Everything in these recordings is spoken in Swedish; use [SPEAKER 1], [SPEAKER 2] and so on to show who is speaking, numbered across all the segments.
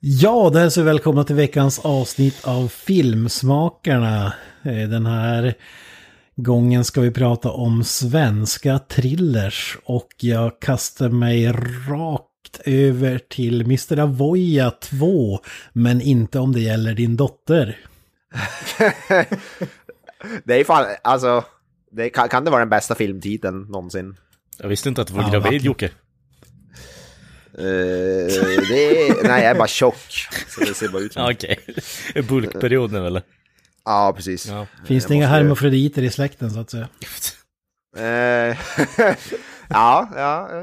[SPEAKER 1] Ja, det här så välkomna till veckans avsnitt av Filmsmakarna. Eh, Den här gången ska vi prata om svenska thrillers och jag kastar mig rakt över till Mr. Avoya 2, men inte om det gäller din dotter.
[SPEAKER 2] Det är fan, alltså, det, kan, kan det vara den bästa filmtiteln någonsin?
[SPEAKER 3] Jag visste inte att du var
[SPEAKER 1] Ja,
[SPEAKER 3] gravid
[SPEAKER 1] vackert.
[SPEAKER 3] Jocke.
[SPEAKER 2] Eh, det är, nej, jag är bara tjock. Så det ser bara ut som... Ja,
[SPEAKER 3] Okej. Bulkperiod nu eller?
[SPEAKER 2] precis.
[SPEAKER 3] Ja.
[SPEAKER 1] Finns det
[SPEAKER 2] jag
[SPEAKER 1] inga
[SPEAKER 2] måste-
[SPEAKER 1] hermofroditer i släkten så att säga?
[SPEAKER 2] Eh, ja, ja, eh,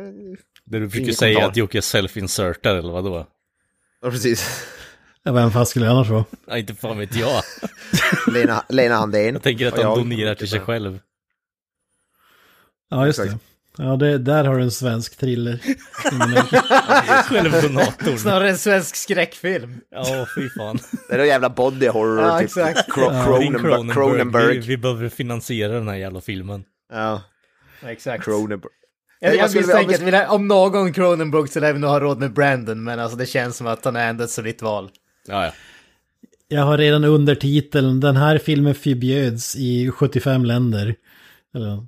[SPEAKER 3] Det du försöker
[SPEAKER 2] Ingen
[SPEAKER 3] säga
[SPEAKER 2] kommentar.
[SPEAKER 3] att Jocke är self-insertar eller vadå?
[SPEAKER 2] ja, precis.
[SPEAKER 1] Ja, Vem fan skulle det annars vara?
[SPEAKER 3] Nej, inte fan vet jag.
[SPEAKER 2] Lena, Lena Handén.
[SPEAKER 3] Jag tänker att
[SPEAKER 2] Och
[SPEAKER 3] han
[SPEAKER 2] jag.
[SPEAKER 3] donerar till sig själv.
[SPEAKER 1] Ja, just det.
[SPEAKER 2] Exakt.
[SPEAKER 1] Ja, det, där har du en svensk thriller.
[SPEAKER 3] Självdonatorn.
[SPEAKER 4] Snarare en svensk skräckfilm.
[SPEAKER 3] Ja, fy fan.
[SPEAKER 2] Det är någon jävla body horror,
[SPEAKER 4] Ja,
[SPEAKER 2] typ.
[SPEAKER 4] exakt.
[SPEAKER 2] Cro-
[SPEAKER 1] Ja.
[SPEAKER 3] Din
[SPEAKER 2] Cronenberg.
[SPEAKER 3] Cronenberg. Vi,
[SPEAKER 2] Cronenberg.
[SPEAKER 3] vi behöver finansiera den här jävla filmen.
[SPEAKER 2] Ja,
[SPEAKER 4] Exakt.
[SPEAKER 2] Cronenberg.
[SPEAKER 4] jag
[SPEAKER 2] Vad
[SPEAKER 4] jag
[SPEAKER 2] skulle vi-
[SPEAKER 4] misstänker
[SPEAKER 2] om
[SPEAKER 4] att vi- om någon Cronenberg skulle även ha råd med Brandon, men alltså det känns som att han är ändå ett solitt val.
[SPEAKER 3] Ja, ja.
[SPEAKER 1] Jag har redan undertiteln, den här filmen förbjöds i 75 länder. Eller,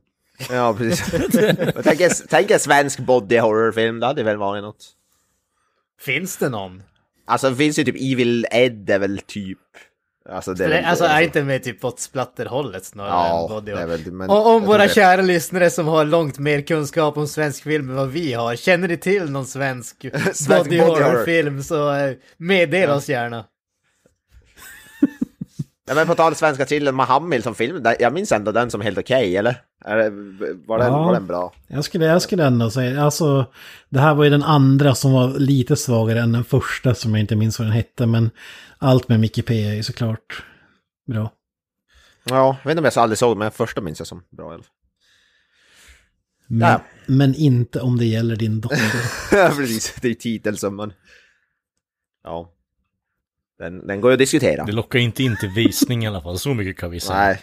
[SPEAKER 2] Ja, precis. Men tänk, en- tänk en svensk body horror-film, det hade väl varit något.
[SPEAKER 4] Finns det någon?
[SPEAKER 2] Alltså, det finns ju typ Evil Ed, är väl typ... Alltså, det är
[SPEAKER 4] Eller,
[SPEAKER 2] väl-
[SPEAKER 4] alltså är inte med typ åt splatterhållet snarare
[SPEAKER 2] Ja,
[SPEAKER 4] än body
[SPEAKER 2] det är väl- men-
[SPEAKER 4] Och
[SPEAKER 2] jag
[SPEAKER 4] om våra
[SPEAKER 2] tror det.
[SPEAKER 4] kära lyssnare som har långt mer kunskap om svensk film än vad vi har, känner ni till någon svensk,
[SPEAKER 2] Svensk
[SPEAKER 4] body
[SPEAKER 2] body horror.
[SPEAKER 4] horror-film så eh, meddela oss gärna.
[SPEAKER 2] Ja, men på tal om svenska thrillern, Mahamil som film, där- jag minns ändå den som helt okej, eller? Är det, var, den,
[SPEAKER 1] Ja.
[SPEAKER 2] var den bra?
[SPEAKER 1] jag, skulle, jag skulle ändå säga, alltså det här var ju den andra som var lite svagare än den första som jag inte minns vad den hette, men allt med Mickey P är ju såklart bra.
[SPEAKER 2] Ja, jag vet inte om jag så aldrig såg den, men första minns jag som bra i alla fall.
[SPEAKER 1] Men,
[SPEAKER 2] Ja.
[SPEAKER 1] men inte om det gäller din dotter.
[SPEAKER 2] Ja, precis. Det är titeln som man... Ja. Den, den går ju att diskutera.
[SPEAKER 3] Det lockar inte in till visning i alla fall. Så mycket kan vi säga.
[SPEAKER 2] Nej.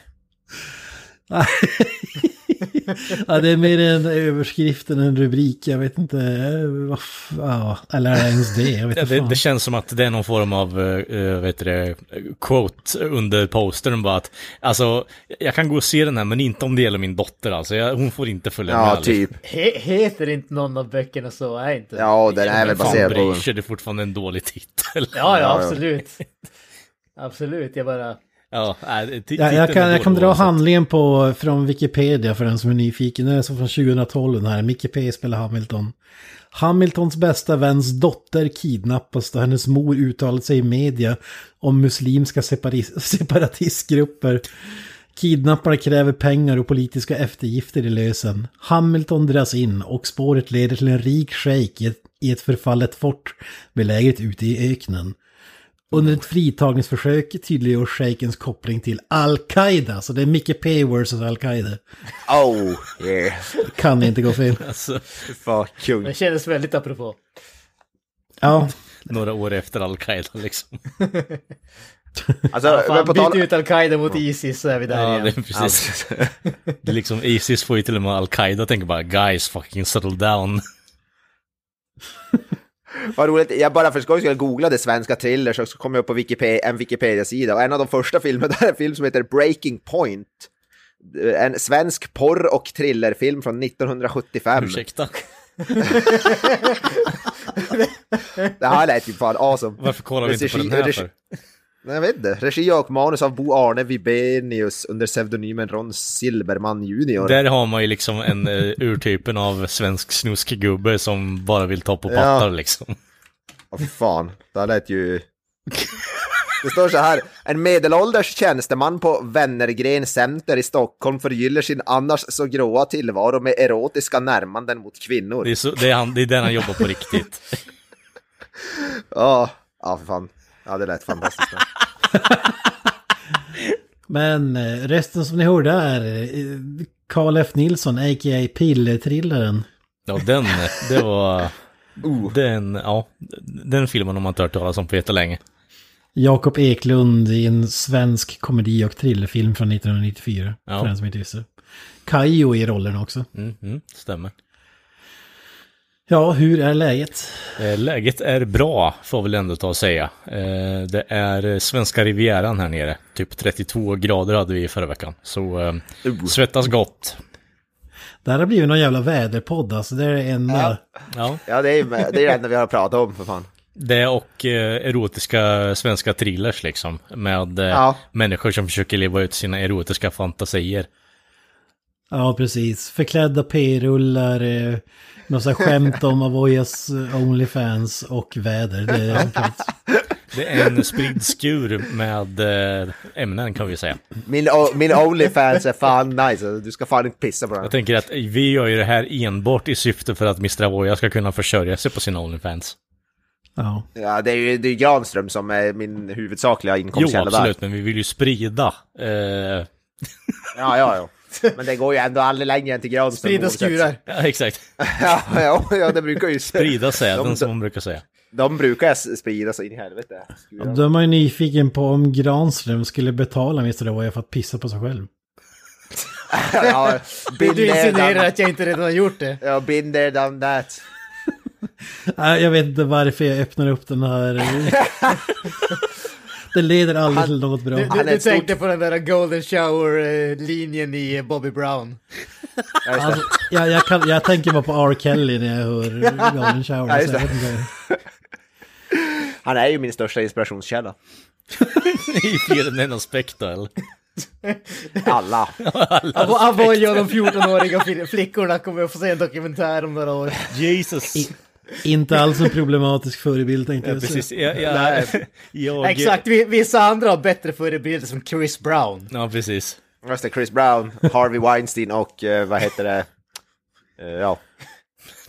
[SPEAKER 1] ja, det är mer en överskrift än en rubrik, jag vet inte, eh, vad f- ja, eller är det ens det, jag vet
[SPEAKER 3] Ja,
[SPEAKER 1] inte.
[SPEAKER 3] det,
[SPEAKER 1] fan.
[SPEAKER 3] det känns som att det är någon form av, uh, vet du det, quote under postern bara att, alltså, jag kan gå och se den här men inte om det gäller min dotter alltså, jag, hon får inte följa med.
[SPEAKER 2] Ja,
[SPEAKER 3] liksom.
[SPEAKER 2] typ.
[SPEAKER 4] He heter inte någon av böckerna så, är inte det?
[SPEAKER 2] Ja, den är väl
[SPEAKER 3] Fan
[SPEAKER 2] baserad
[SPEAKER 3] bryr
[SPEAKER 2] på...
[SPEAKER 3] sig, det är fortfarande en dålig titel.
[SPEAKER 4] Ja, ja,
[SPEAKER 2] Ja, ja.
[SPEAKER 4] absolut. Absolut, jag bara...
[SPEAKER 3] Ja, nej, ti-
[SPEAKER 1] Ja,
[SPEAKER 3] titeln
[SPEAKER 1] jag, kan,
[SPEAKER 3] är
[SPEAKER 1] jag kan
[SPEAKER 3] dålig
[SPEAKER 1] dra
[SPEAKER 3] oavsett.
[SPEAKER 1] handlingen på, från Wikipedia för den som är nyfiken. Den är så från 2012 den här. Mickey P spelar Hamilton. Hamiltons bästa väns dotter kidnappas då hennes mor uttalat sig i media om muslimska separi- separatistgrupper. Kidnapparna kräver pengar och politiska eftergifter i lösen. Hamilton dras in och spåret leder till en rik shejk i ett, i ett förfallet fort beläget ute i öknen. Under ett fritagningsförsök tydliggör shejkens koppling till Al-Qaida. Så det är Mickey P versus Al-Qaida.
[SPEAKER 2] Oh, yeah.
[SPEAKER 1] Kan inte gå fel.
[SPEAKER 3] Alltså,
[SPEAKER 2] Fan, kung.
[SPEAKER 4] Det kändes väldigt apropå.
[SPEAKER 1] Ja,
[SPEAKER 3] några år efter Al-Qaida liksom.
[SPEAKER 2] Alltså, men
[SPEAKER 4] Fan,
[SPEAKER 2] på tal...
[SPEAKER 4] byt ut Al-Qaida mot Isis så är vi där
[SPEAKER 3] Ja,
[SPEAKER 4] igen.
[SPEAKER 3] det är precis.
[SPEAKER 2] Alltså,
[SPEAKER 3] Det är liksom, Isis får ju till och med Al-Qaida tänker bara guys fucking settle down.
[SPEAKER 2] Vad roligt, jag bara för skojs skull googlade svenska thrillers och så kom jag upp på Wikipedia, en Wikipedia-sida och en av de första filmerna där är en film som heter Breaking Point. En svensk porr och thrillerfilm från 1975.
[SPEAKER 3] Ursäkta.
[SPEAKER 2] Det här lät ju fan awesome.
[SPEAKER 3] Varför kollar vi inte på den här
[SPEAKER 2] Regi-
[SPEAKER 3] för?
[SPEAKER 2] Nej, jag vet inte. Regi och manus av Bo Arne Wibenius under pseudonymen Ron Silberman Jr.
[SPEAKER 3] Där har man ju liksom en eh, urtypen av svensk snuskgubbe som bara vill ta på
[SPEAKER 2] Ja.
[SPEAKER 3] pattar liksom.
[SPEAKER 2] Åh fy fan, det här lät ju... Det står så här, en medelålders tjänsteman på Wennergren Center i Stockholm förgyller sin annars så gråa tillvaro med erotiska närmanden mot kvinnor.
[SPEAKER 3] Det är, så, det är, han, det är där han jobbar på riktigt.
[SPEAKER 2] Ja, ja för fan. Ja, det lät fantastiskt.
[SPEAKER 1] Men eh, resten som ni hörde är eh, Carl F. Nilsson, a.k.a. Pillertrillaren.
[SPEAKER 3] Ja, den, det var...
[SPEAKER 2] Uh.
[SPEAKER 3] Den, ja, den filmen har man inte hört talas om på jättelänge.
[SPEAKER 1] Jakob Eklund i en svensk komedi och thrillerfilm från 1994.
[SPEAKER 3] Ja.
[SPEAKER 1] För den som inte visste. Kaio i rollen också.
[SPEAKER 3] Mm, mm, stämmer.
[SPEAKER 1] Ja, hur är läget?
[SPEAKER 3] Eh, Läget är bra, får väl ändå ta och säga. Eh, Det är eh, svenska rivieran här nere. Typ 32 grader hade vi förra veckan. Så eh,
[SPEAKER 2] Uh.
[SPEAKER 3] svettas gott.
[SPEAKER 1] Det här har blivit någon jävla väderpodd alltså. Det är det enda.
[SPEAKER 3] Ja.
[SPEAKER 2] Ja, det är ju med- det är det enda vi har pratat om för fan.
[SPEAKER 3] Det och eh, erotiska svenska thrillers liksom. Med eh,
[SPEAKER 2] Ja.
[SPEAKER 3] människor som försöker leva ut sina erotiska fantasier.
[SPEAKER 1] Ja, precis. Förklädda p-rullar, eh, någon sån här skämt om Avoyas eh, Onlyfans och väder. Det är som kallas.
[SPEAKER 3] Det är en spridd skur med eh, ämnen kan vi säga.
[SPEAKER 2] Min, o- min Onlyfans är fan nice. Du ska fan inte pissa på den.
[SPEAKER 3] Jag tänker att vi gör ju det här enbart i syfte för att Mr. Avoya ska kunna försörja sig på sina Onlyfans.
[SPEAKER 1] ja.
[SPEAKER 2] Ja, det är ju det är Granström som är min huvudsakliga
[SPEAKER 3] Jo,
[SPEAKER 2] inkomstkälla där.
[SPEAKER 3] absolut, men vi vill ju sprida. Eh,
[SPEAKER 2] Ja, ja, ja. Men det går ju ändå aldrig längre än till Granström.
[SPEAKER 4] Sprida
[SPEAKER 2] oavsett.
[SPEAKER 4] skurar.
[SPEAKER 3] ja, exakt.
[SPEAKER 2] Ja, ja, ja, det brukar ju...
[SPEAKER 3] Sprida säden
[SPEAKER 2] de,
[SPEAKER 3] som man brukar säga.
[SPEAKER 2] de brukar s- sprida så in i helvete. Skurar.
[SPEAKER 1] Då är man ju nyfiken på om Granström skulle betala Mr. Avoya för att pissa på sig själv.
[SPEAKER 2] Ja,
[SPEAKER 4] Du,
[SPEAKER 2] been
[SPEAKER 4] du
[SPEAKER 2] there,
[SPEAKER 4] insinuerar
[SPEAKER 2] done,
[SPEAKER 4] att jag inte redan har gjort det.
[SPEAKER 2] ja, been there, done that.
[SPEAKER 1] Nej, Jag vet inte varför jag öppnar upp den här. Det leder aldrig till något bra.
[SPEAKER 4] Du,
[SPEAKER 2] Han
[SPEAKER 4] du,
[SPEAKER 2] är
[SPEAKER 4] du
[SPEAKER 2] ett stort-
[SPEAKER 4] tänkte på den där golden shower-linjen i eh, Bobby Brown.
[SPEAKER 2] Ja, just
[SPEAKER 1] Alltså, jag, jag, kan, jag tänker bara på R. Kelly när jag hör Golden Shower.
[SPEAKER 2] Ja, just
[SPEAKER 1] så jag
[SPEAKER 2] det.
[SPEAKER 1] vet inte.
[SPEAKER 2] det. Han är ju min största inspirationskälla.
[SPEAKER 3] I fler än en aspekt då, eller?
[SPEAKER 2] Alla.
[SPEAKER 4] Avo- Avoya och de 14-åriga fil- flickorna kommer att få se en dokumentär om några år.
[SPEAKER 3] Jesus!
[SPEAKER 1] Inte alls en problematisk förebild tänkte jag säga.
[SPEAKER 3] Precis, jag... jag, jag
[SPEAKER 4] Exakt, vi- vissa andra har bättre förebilder som Chris Brown.
[SPEAKER 3] Ja, precis.
[SPEAKER 2] Just det, Chris Brown, Harvey Weinstein och eh, vad heter det? Eh, ja.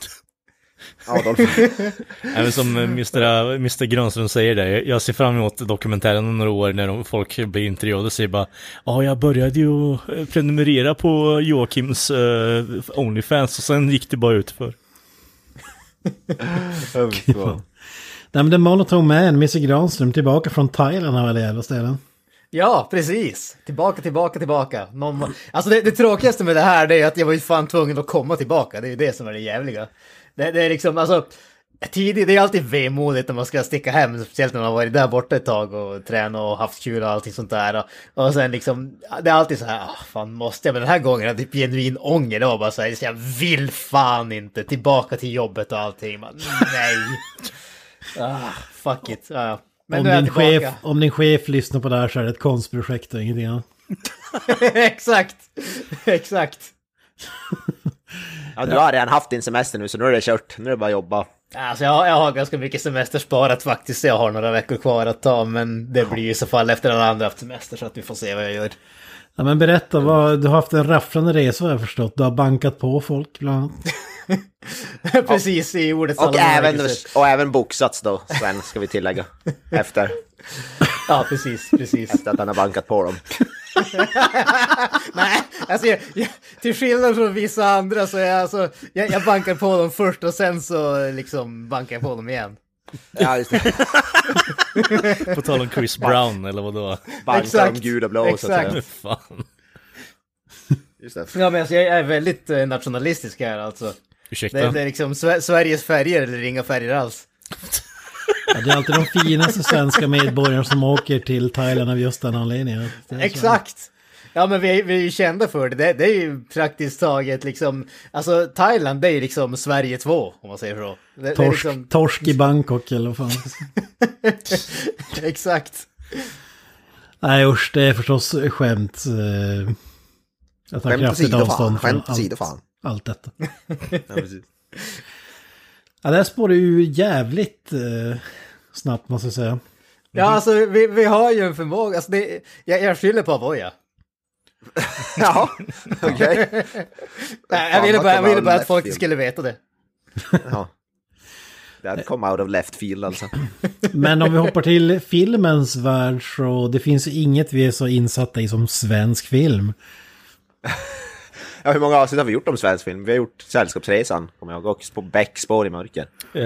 [SPEAKER 2] Adolf.
[SPEAKER 3] Även som eh, Mr. Mr. Grönström säger där, jag- jag ser fram emot dokumentären om några år när de, folk blir intervjuade och säger bara Ja, jag började ju eh, prenumerera på Joakims eh, Onlyfans och sen gick det bara ut för.
[SPEAKER 1] Nej men den Monotone Man, Mr Granström, tillbaka från Thailand av alla jävla ställen.
[SPEAKER 4] Ja, precis. Tillbaka, tillbaka, tillbaka. Någon... må- Alltså det, det tråkigaste med det här det är att jag var ju fan tvungen att komma tillbaka. Det är ju det som är det jävliga. Det, det är liksom, alltså... Tidigt, det är alltid vemodigt när man ska sticka hem, speciellt när man har varit där borta ett tag och tränat och haft kul och allting sånt där. Och, och sen liksom, det är alltid så här, ah, fan måste jag? Men den här gången hade jag typ genuin ånger. Det var bara så här, jag vill fan inte tillbaka till jobbet och allting. Man, nej. ah, fuck it. Ja, ja. men
[SPEAKER 1] Om
[SPEAKER 4] nu är jag
[SPEAKER 1] din,
[SPEAKER 4] tillbaka.
[SPEAKER 1] chef, om din chef lyssnar på det här så är det ett konstprojekt och ingenting annat.
[SPEAKER 4] Exakt! Exakt!
[SPEAKER 2] Ja, du har redan haft din semester nu så nu är det kört. Nu är det bara att jobba.
[SPEAKER 4] Alltså jag, har- jag har ganska mycket semester sparat faktiskt, så jag har några veckor kvar att ta, men det blir ju i så fall efter alla andra haft semester, så att vi får se vad jag gör.
[SPEAKER 1] Ja men berätta, vad, du har haft en rafflande resa har jag förstått. Du har bankat på folk bland annat.
[SPEAKER 4] Precis i ordets
[SPEAKER 2] Och
[SPEAKER 4] alla
[SPEAKER 2] även,
[SPEAKER 4] bemärkelser.
[SPEAKER 2] och även boxats då, Sven, ska vi tillägga. Efter,
[SPEAKER 4] Ja, precis, precis.
[SPEAKER 2] efter att han har bankat på dem.
[SPEAKER 4] Nej, alltså jag, jag, till skillnad från vissa andra så är jag alltså, jag, jag bankar på dem först och sen så liksom bankar jag på dem igen.
[SPEAKER 2] Ja, just det.
[SPEAKER 3] På tal om Chris Brown eller vadå?
[SPEAKER 2] Bankar
[SPEAKER 4] Exakt.
[SPEAKER 2] dem gula och blå så att
[SPEAKER 4] Exakt.
[SPEAKER 2] säga.
[SPEAKER 3] Fan.
[SPEAKER 2] Just det.
[SPEAKER 4] Ja, men alltså, jag är väldigt eh, nationalistisk här alltså.
[SPEAKER 3] Ursäkta?
[SPEAKER 4] Det, det är liksom Sve- Sveriges färger eller inga färger alls.
[SPEAKER 1] Ja, det är alltid de finaste svenska medborgarna som åker till Thailand av just den anledningen. Det är så.
[SPEAKER 4] Exakt! Ja men vi, är- vi är ju kända för det. det, det är ju praktiskt taget liksom, alltså Thailand det är ju liksom Sverige 2 om man säger så. Det, det är
[SPEAKER 1] Torsk,
[SPEAKER 4] liksom,
[SPEAKER 1] torsk i Bangkok eller vad fan.
[SPEAKER 4] exakt.
[SPEAKER 1] Nej usch, det är förstås skämt. Eh, jag tar
[SPEAKER 2] Skämt
[SPEAKER 1] kraftigt
[SPEAKER 2] åsido, fan.
[SPEAKER 1] avstånd från
[SPEAKER 2] Skämt åsido, fan.
[SPEAKER 1] allt, allt detta.
[SPEAKER 2] Ja, precis.
[SPEAKER 1] Ja, det här spårar ju jävligt eh, snabbt måste jag säga.
[SPEAKER 4] Ja alltså vi, vi har ju en förmåga, alltså det, jag, jag skyller på Avoya.
[SPEAKER 2] Ja, okej.
[SPEAKER 4] Nej,
[SPEAKER 2] Fan,
[SPEAKER 4] Jag ville
[SPEAKER 2] vad
[SPEAKER 4] bara, jag
[SPEAKER 2] kommer
[SPEAKER 4] ville bara
[SPEAKER 2] han
[SPEAKER 4] att folk
[SPEAKER 2] film?
[SPEAKER 4] skulle veta det.
[SPEAKER 2] Ja. That come out of left field alltså.
[SPEAKER 1] Men om vi hoppar till filmens värld så det finns ju inget vi är så insatta i som svensk film.
[SPEAKER 2] Ja, hur många avsnitt har vi gjort om svensk film? Vi har gjort Sällskapsresan, kommer jag ihåg, och på Bäckspår i mörker.
[SPEAKER 3] Eh,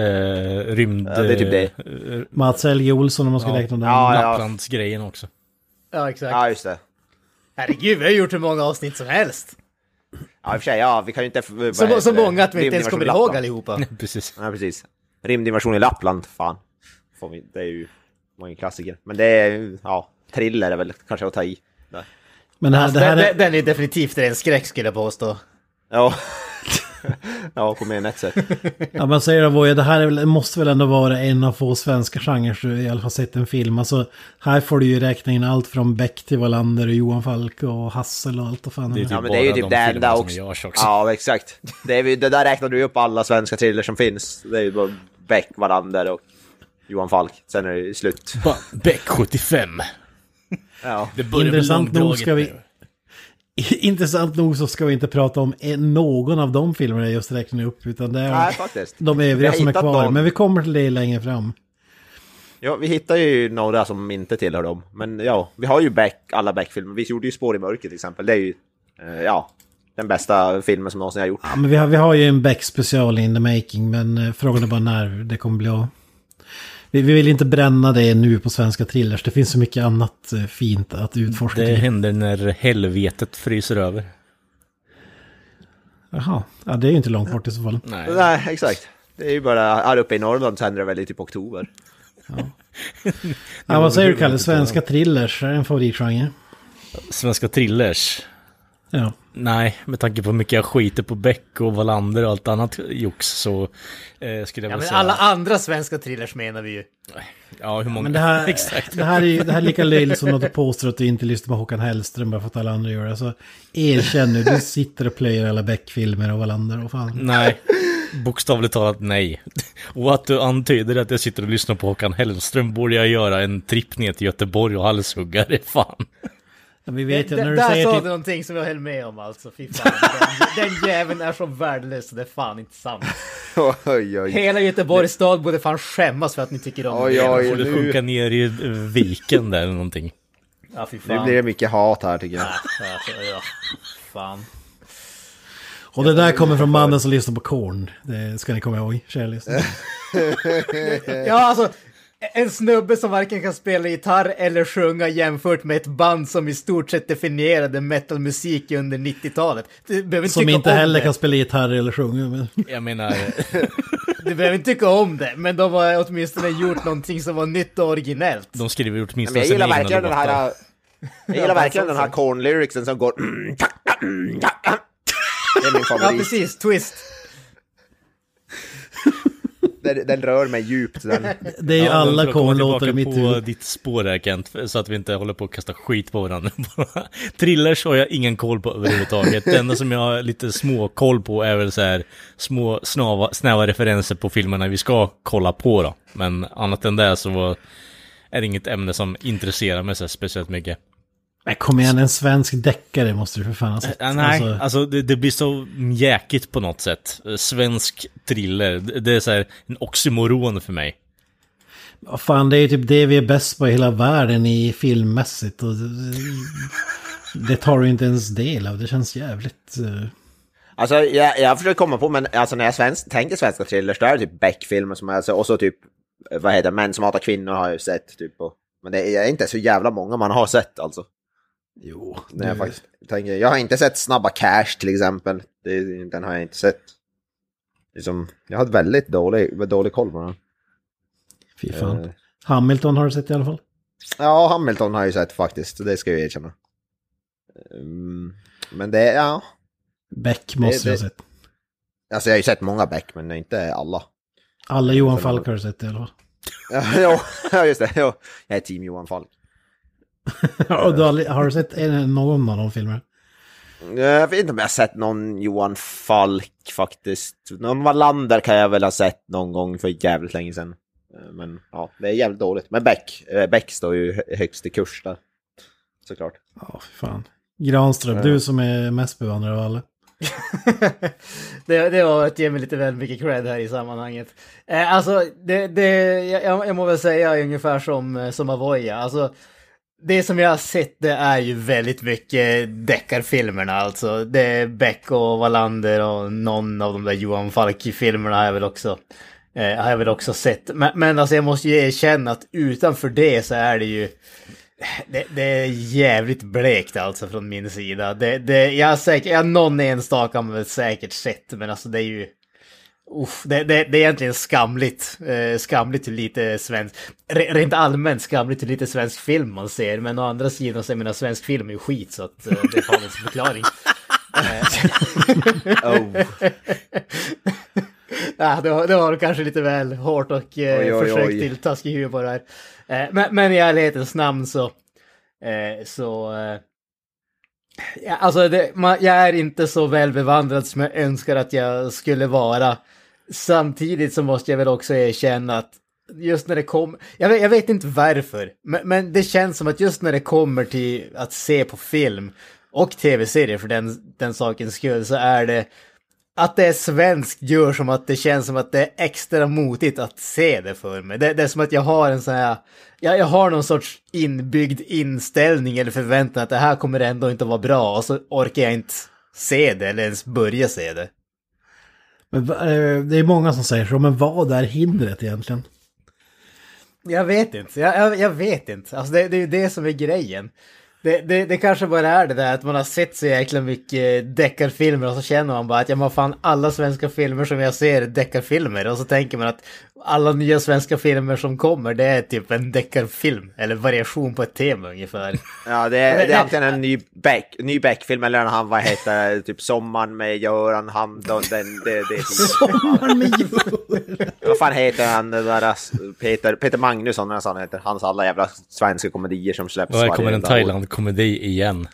[SPEAKER 3] rymd...
[SPEAKER 2] Ja, det är typ det.
[SPEAKER 3] eh,
[SPEAKER 1] Mats Helge Olsson om man ska räkna den.
[SPEAKER 2] Ja,
[SPEAKER 3] Lapplandsgrejen också.
[SPEAKER 4] Ja, exakt.
[SPEAKER 2] Ja, just det.
[SPEAKER 4] Herregud, vi har gjort hur många avsnitt som helst.
[SPEAKER 2] Ja, i och för sig, ja, vi kan ju inte... vad
[SPEAKER 4] Så,
[SPEAKER 2] heter
[SPEAKER 4] så
[SPEAKER 2] det?
[SPEAKER 4] många att vi inte ens
[SPEAKER 2] Rymdinvasion
[SPEAKER 4] kommer
[SPEAKER 2] i Lappland.
[SPEAKER 4] ihåg allihopa.
[SPEAKER 3] Precis.
[SPEAKER 2] Ja, precis. Rymdinvasion i Lappland, fan. Får vi, det är ju... Det var ju en klassiker. Men det är ju, ja, thriller är väl kanske att ta i.
[SPEAKER 1] Men det här,
[SPEAKER 4] Alltså,
[SPEAKER 1] det här
[SPEAKER 4] den,
[SPEAKER 1] är...
[SPEAKER 4] den är definitivt ren skräck skulle jag påstå.
[SPEAKER 2] Ja. ja, på mer än ett sätt.
[SPEAKER 1] Ja, man säger Avoya, det här är väl, måste väl ändå vara en av få svenska genrer du i alla fall sett en film. Alltså, här får du ju räkna in allt från Beck till Wallander och Johan Falk och Hassel och allt och fan.
[SPEAKER 3] Det
[SPEAKER 1] Det
[SPEAKER 3] är typ
[SPEAKER 2] Ja, men
[SPEAKER 3] bara
[SPEAKER 2] det är ju typ
[SPEAKER 3] de
[SPEAKER 2] det enda
[SPEAKER 3] filmerna som
[SPEAKER 2] också.
[SPEAKER 3] görs också.
[SPEAKER 2] Ja, exakt. Det, är, ju- det där räknar du ju upp alla svenska thriller som finns. Det är ju bara Beck, Wallander och Johan Falk. Sen är det ju slut.
[SPEAKER 3] Ba- Beck 75.
[SPEAKER 2] Ja.
[SPEAKER 3] Det börjar bli
[SPEAKER 1] Intressant nog
[SPEAKER 3] långdraget
[SPEAKER 1] ska vi-
[SPEAKER 3] nu.
[SPEAKER 1] Intressant nog så ska vi inte prata om en- någon av de filmerna jag just räknade upp, utan det är
[SPEAKER 2] Nej, faktiskt.
[SPEAKER 1] de
[SPEAKER 2] Jag
[SPEAKER 1] övriga
[SPEAKER 2] har
[SPEAKER 1] som är
[SPEAKER 2] hittat
[SPEAKER 1] kvar.
[SPEAKER 2] någon.
[SPEAKER 1] Men vi kommer till det längre fram.
[SPEAKER 2] Ja, vi hittar ju några som inte tillhör dem. Men ja, vi har ju Beck, alla Beck-filmer. Vi gjorde ju Spår i mörker till exempel. Det är ju, eh, ja, den bästa filmen som någonsin har gjort.
[SPEAKER 1] Ja, men vi, har, vi har ju en Beck-special in the making, men eh, frågan är bara när det kommer bli av. Vi, vi vill inte bränna det nu på svenska thrillers. Det finns så mycket annat eh, fint att utforska.
[SPEAKER 3] Det
[SPEAKER 1] kring.
[SPEAKER 3] händer när helvetet fryser över.
[SPEAKER 1] Jaha, ja, det är ju inte långt bort i så fall.
[SPEAKER 3] Nej.
[SPEAKER 2] Nej, exakt. Det är ju bara, här uppe i Norrland så händer det väl i typ oktober.
[SPEAKER 1] Ja, vad säger du Kalle? Svenska thrillers är en favoritgenre.
[SPEAKER 3] Svenska thrillers.
[SPEAKER 1] Ja.
[SPEAKER 3] Nej, med tanke på hur mycket jag skiter på Beck och Wallander och allt annat jox så eh, skulle jag
[SPEAKER 4] Ja,
[SPEAKER 3] vilja
[SPEAKER 4] men
[SPEAKER 3] säga...
[SPEAKER 4] alla andra svenska thrillers menar vi ju.
[SPEAKER 3] Ja, hur många?
[SPEAKER 1] Men det här,
[SPEAKER 3] Exakt.
[SPEAKER 1] det här är ju det här är lika löjligt som att du påstår att du inte lyssnar på Håkan Hellström bara för att alla andra gör det. Så erkänn nu, du sitter och plöjer alla Beck-filmer och Wallander och fan.
[SPEAKER 3] Nej, bokstavligt talat nej. Och att du antyder att jag sitter och lyssnar på Håkan Hellström borde jag göra en tripp ner till Göteborg och halshugga det fan.
[SPEAKER 1] Ja, Vi vet ju
[SPEAKER 4] D-
[SPEAKER 1] när du
[SPEAKER 4] där
[SPEAKER 1] säger typ
[SPEAKER 4] sa
[SPEAKER 1] till...
[SPEAKER 4] du någonting som jag höll med om alltså. Fy fan. den, den jäveln är så värdelös så det är fan inte sant.
[SPEAKER 2] Oj, oj.
[SPEAKER 4] Hela Göteborgs stad borde fan skämmas för att ni tycker om
[SPEAKER 2] Oj,
[SPEAKER 4] det.
[SPEAKER 2] oj,
[SPEAKER 3] Får du
[SPEAKER 2] nu,
[SPEAKER 3] sjunka ner i viken där eller någonting.
[SPEAKER 4] Ja, fy fan.
[SPEAKER 2] nu blir det mycket hat här tycker jag.
[SPEAKER 4] Alltså, ja. Fan.
[SPEAKER 1] Och det där kommer från mannen som lyssnar på Korn. Det ska ni komma ihåg, kära lyssnare.
[SPEAKER 4] Ja, alltså. En snubbe som varken kan spela gitarr eller sjunga jämfört med ett band som i stort sett definierade metalmusik under 90-talet. Du behöver inte
[SPEAKER 1] Som
[SPEAKER 4] tycka
[SPEAKER 1] inte
[SPEAKER 4] om
[SPEAKER 1] heller
[SPEAKER 4] det.
[SPEAKER 1] kan spela gitarr eller sjunga. Men...
[SPEAKER 3] Jag menar,
[SPEAKER 4] Du behöver inte tycka om det, men de har åtminstone gjort någonting som var nytt och originellt.
[SPEAKER 3] de skriver ju
[SPEAKER 2] Nej,
[SPEAKER 3] åtminstone
[SPEAKER 2] Men jag gillar
[SPEAKER 3] sina egna
[SPEAKER 2] verkligen den
[SPEAKER 3] låtar.
[SPEAKER 2] här... äh, eh, Jag gillar verkligen den här corn-lyricsen som går... mm, Det är min
[SPEAKER 4] Ja,
[SPEAKER 2] favorit.
[SPEAKER 4] precis. Twist.
[SPEAKER 2] Den, den rör mig djupt. Den.
[SPEAKER 1] Det är ju
[SPEAKER 3] Ja, men för
[SPEAKER 1] alla
[SPEAKER 3] att komma
[SPEAKER 1] Korn-låtar i
[SPEAKER 3] tillbaka
[SPEAKER 1] mitt
[SPEAKER 3] på
[SPEAKER 1] huvud.
[SPEAKER 3] ditt spår här Kent, för- så att vi inte håller på att kasta skit på varandra. Thrillers har jag ingen koll på överhuvudtaget. Det enda som jag har lite små koll på är väl så här små snava, snäva referenser på filmerna vi ska kolla på då. Men annat än det så är det inget ämne som intresserar mig så här speciellt mycket.
[SPEAKER 1] Nej, kom igen, en svensk deckare måste du för fan ha sett.
[SPEAKER 3] Äh, nej, alltså,
[SPEAKER 1] Alltså,
[SPEAKER 3] det, det blir så mjäkigt på något sätt. Eh, Svensk thriller, det, det är så här en oxymoron för mig.
[SPEAKER 1] Ja, fan, det är ju typ det vi är bäst på i hela världen i filmmässigt. Och det tar du inte ens del av, det känns jävligt... eh,
[SPEAKER 2] Alltså jag, jag försöker komma på, men alltså, när jag svensk, tänker svenska thrillers, då är det typ Beck-filmer som är så, och så typ, eh, vad heter det, Män som hatar kvinnor har jag ju sett typ. Och, men det är inte så jävla många man har sett alltså.
[SPEAKER 1] Jo,
[SPEAKER 2] När jag,
[SPEAKER 1] du-
[SPEAKER 2] faktiskt, tänker, jag har inte sett Snabba Cash till exempel. Det, den har jag inte sett. Liksom, jag har väldigt dålig, dålig koll på den.
[SPEAKER 1] fy fan.
[SPEAKER 2] Eh.
[SPEAKER 1] Hamilton har du sett i alla fall.
[SPEAKER 2] Ja, Hamilton har jag ju sett faktiskt, det ska jag ju erkänna. Mm, men det, ja.
[SPEAKER 1] Beck måste
[SPEAKER 2] det-
[SPEAKER 1] jag ha sett.
[SPEAKER 2] Alltså jag har ju sett många Beck, men inte alla.
[SPEAKER 1] Alla Johan Falk har du sett i alla fall.
[SPEAKER 2] Ja, ja, just det. Ja. Jag är team Johan Falk.
[SPEAKER 1] Och du har, aldrig- har du sett en- någon av de filmerna?
[SPEAKER 2] Jag vet inte om jag har sett någon Johan Falk faktiskt. Någon Wallander kan jag väl ha sett någon gång för jävligt länge sedan. Eh, Men ja, det är jävligt dåligt. Men Beck, eh, Beck står ju hö- högst i kurs där. Såklart.
[SPEAKER 1] Ja, fy fan. Granström, du som är mest bevandrad av alla.
[SPEAKER 4] det, det var att ge mig lite väl mycket cred här i sammanhanget. Eh, alltså, det, det, jag, jag må väl säga ungefär som, eh, som Avoya. Alltså, det som jag har sett det är ju väldigt mycket deckarfilmerna alltså. Det är Beck och Wallander och någon av de där Johan Falk-filmerna har jag väl också, eh, har jag väl också sett. Men, men alltså jag måste ju erkänna att utanför det så är det ju det, det är jävligt blekt alltså från min sida. Det, det, jag har säkert, jag, någon enstaka har man väl säkert sett, men alltså det är ju... Uff, det, det, det är egentligen skamligt. Eh, skamligt hur lite svensk... Re, rent allmänt skamligt hur lite svensk film man ser, men å andra sidan så är mina svensk film är ju skit, så att eh, det har väl sin förklaring.
[SPEAKER 2] Oh.
[SPEAKER 4] Ja, det, var, det var kanske lite väl hårt och eh,
[SPEAKER 2] Oj, oj,
[SPEAKER 4] försök
[SPEAKER 2] oj.
[SPEAKER 4] till taskig humor här. Eh, men, men i ärlighetens namn så... Eh, så eh, ja, alltså, det, man, jag är inte så välbevandrad som jag önskar att jag skulle vara. Samtidigt så måste jag väl också erkänna att just när det kommer... Jag vet, jag vet inte varför, men, men det känns som att just när det kommer till att se på film och tv-serier för den, den sakens skull så är det att det är svenskt gör som att det känns som att det är extra motigt att se det för mig. Det, det är som att jag har en sån här, jag, jag har någon sorts inbyggd inställning eller förväntan att det här kommer ändå inte vara bra och så orkar jag inte se det eller ens börja se det.
[SPEAKER 1] Men, va- eh, det är många som säger så, men vad är hindret egentligen?
[SPEAKER 4] Jag vet inte, jag, jag, jag vet inte. Alltså det, det är ju det som är grejen. Det, det, det kanske bara är det där att man har sett så jäkla mycket deckarfilmer och så känner man bara att ja men fan alla svenska filmer som jag ser är deckarfilmer och så tänker man att alla nya svenska filmer som kommer det är typ en deckarfilm eller variation på ett tema ungefär.
[SPEAKER 2] Ja, det är, det är antingen en ny Beck, ny Beck-film eller en han, vad heter det, typ Sommaren med Göran Hamdan. Den, det, det,
[SPEAKER 1] Sommar med djur!
[SPEAKER 2] vad fan heter han, den där ass- Peter, Peter Magnusson, eller så han heter, hans alla jävla svenska komedier som släpps
[SPEAKER 3] Och här
[SPEAKER 2] varje
[SPEAKER 3] kommer en
[SPEAKER 2] jävla år.
[SPEAKER 3] Thailand-komedi igen.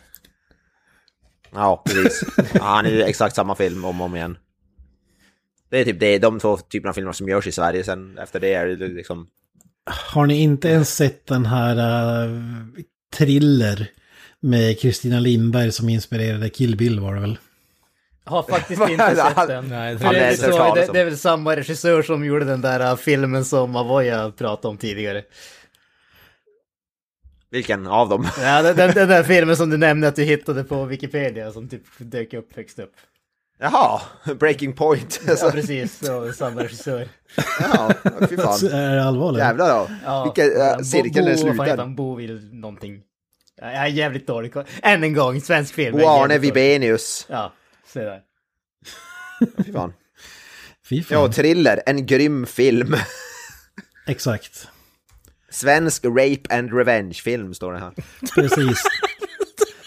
[SPEAKER 2] Ja, precis. Ja, han är ju exakt samma film om och om igen. Det är typ det, de två typerna av filmer som görs i Sverige, sen efter det är det liksom...
[SPEAKER 1] Har ni inte ens sett den här eh, thriller med Kristina Lindberg som inspirerade Kill Bill var det väl?
[SPEAKER 4] Har faktiskt inte sett den.
[SPEAKER 3] Nej,
[SPEAKER 4] Alltså, För det, är
[SPEAKER 2] Nej,
[SPEAKER 4] väl
[SPEAKER 2] det
[SPEAKER 4] så,
[SPEAKER 2] tar
[SPEAKER 4] det,
[SPEAKER 2] liksom.
[SPEAKER 4] det är väl samma regissör som gjorde den där äh, filmen som Avoya pratade om tidigare.
[SPEAKER 2] Vilken av dem?
[SPEAKER 4] Ja, den, den, den där filmen som du nämnde att du hittade på Wikipedia som typ dök upp högst upp.
[SPEAKER 2] Jaha, Breaking Point.
[SPEAKER 4] Ja,
[SPEAKER 2] Alltså,
[SPEAKER 4] precis. Det var samma regissör.
[SPEAKER 2] ja, fy fan.
[SPEAKER 1] Så Är det allvarligt?
[SPEAKER 2] Jävlar då.
[SPEAKER 4] Mm. Ja,
[SPEAKER 2] Vilken
[SPEAKER 4] ja,
[SPEAKER 2] äh,
[SPEAKER 4] Bo-
[SPEAKER 2] cirkel
[SPEAKER 4] Bo-
[SPEAKER 2] den
[SPEAKER 4] Vad fan heter
[SPEAKER 2] slutar.
[SPEAKER 4] han? Bo vill någonting. Ja, Jag är jävligt dålig koll. Än en gång, svensk film.
[SPEAKER 2] Bo
[SPEAKER 4] Jag är
[SPEAKER 2] Arne
[SPEAKER 4] jävligt dålig.
[SPEAKER 2] Wibenius.
[SPEAKER 4] Ja, se där.
[SPEAKER 2] Fy fan.
[SPEAKER 1] Fy
[SPEAKER 2] Ja,
[SPEAKER 1] fan.
[SPEAKER 2] och Thriller, en grym film.
[SPEAKER 1] Exakt.
[SPEAKER 2] Svensk rape and revenge-film står det här.
[SPEAKER 1] Precis.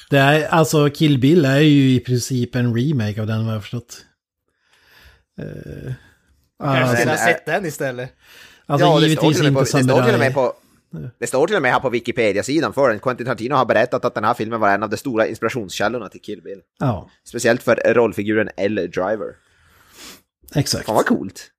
[SPEAKER 1] Det är, alltså Kill Bill är ju i princip en remake av den vad jag har förstått. Eh,
[SPEAKER 4] Kanske
[SPEAKER 1] alltså,
[SPEAKER 4] skulle ha
[SPEAKER 2] den är-
[SPEAKER 4] sett den istället.
[SPEAKER 1] alltså
[SPEAKER 2] eh, ja, det står,
[SPEAKER 1] givetvis
[SPEAKER 2] till och med på,
[SPEAKER 1] inte Samurai.
[SPEAKER 2] det står till och med på... Det står till och med här på Wikipedia-sidan för den. Quentin Tarantino har berättat att den här filmen var en av de stora inspirationskällorna till Kill Bill.
[SPEAKER 1] Ja,
[SPEAKER 2] Speciellt för rollfiguren L. Driver.
[SPEAKER 1] exakt.
[SPEAKER 2] Fan vad coolt.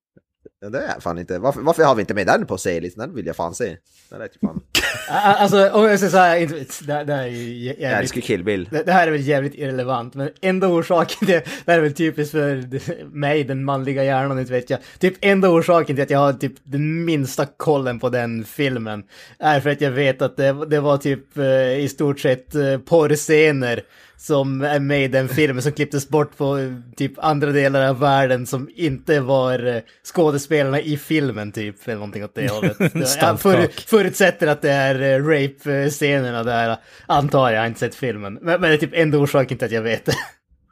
[SPEAKER 2] Ja, det är fan inte. Varför, varför har vi inte med den på C-listan? Den vill jag fan se. Den är typ fan...
[SPEAKER 4] Ja, Alltså, om jag säger så här, inte- det, det här är ju jä-
[SPEAKER 2] Jag
[SPEAKER 4] jävligt
[SPEAKER 2] älskar Kill Bill.
[SPEAKER 4] Det, det här är väl jävligt irrelevant, men enda orsaken till det, det här är väl typiskt för mig, den manliga hjärnan, inte vet jag. Typ enda orsaken till att jag har typ den minsta kollen på den filmen är för att jag vet att det, det var typ eh, i stort sett eh, porrscener som är med i den filmen som klipptes bort på eh, typ andra delar av världen som inte var eh, skådespelarna i filmen typ, eller någonting åt det hållet. Jag för,
[SPEAKER 3] Stuntcock.
[SPEAKER 4] förutsätter att det är eh, rape-scenerna där, antar jag, jag har inte sett filmen. Men, men det är typ enda orsaken till att jag vet det.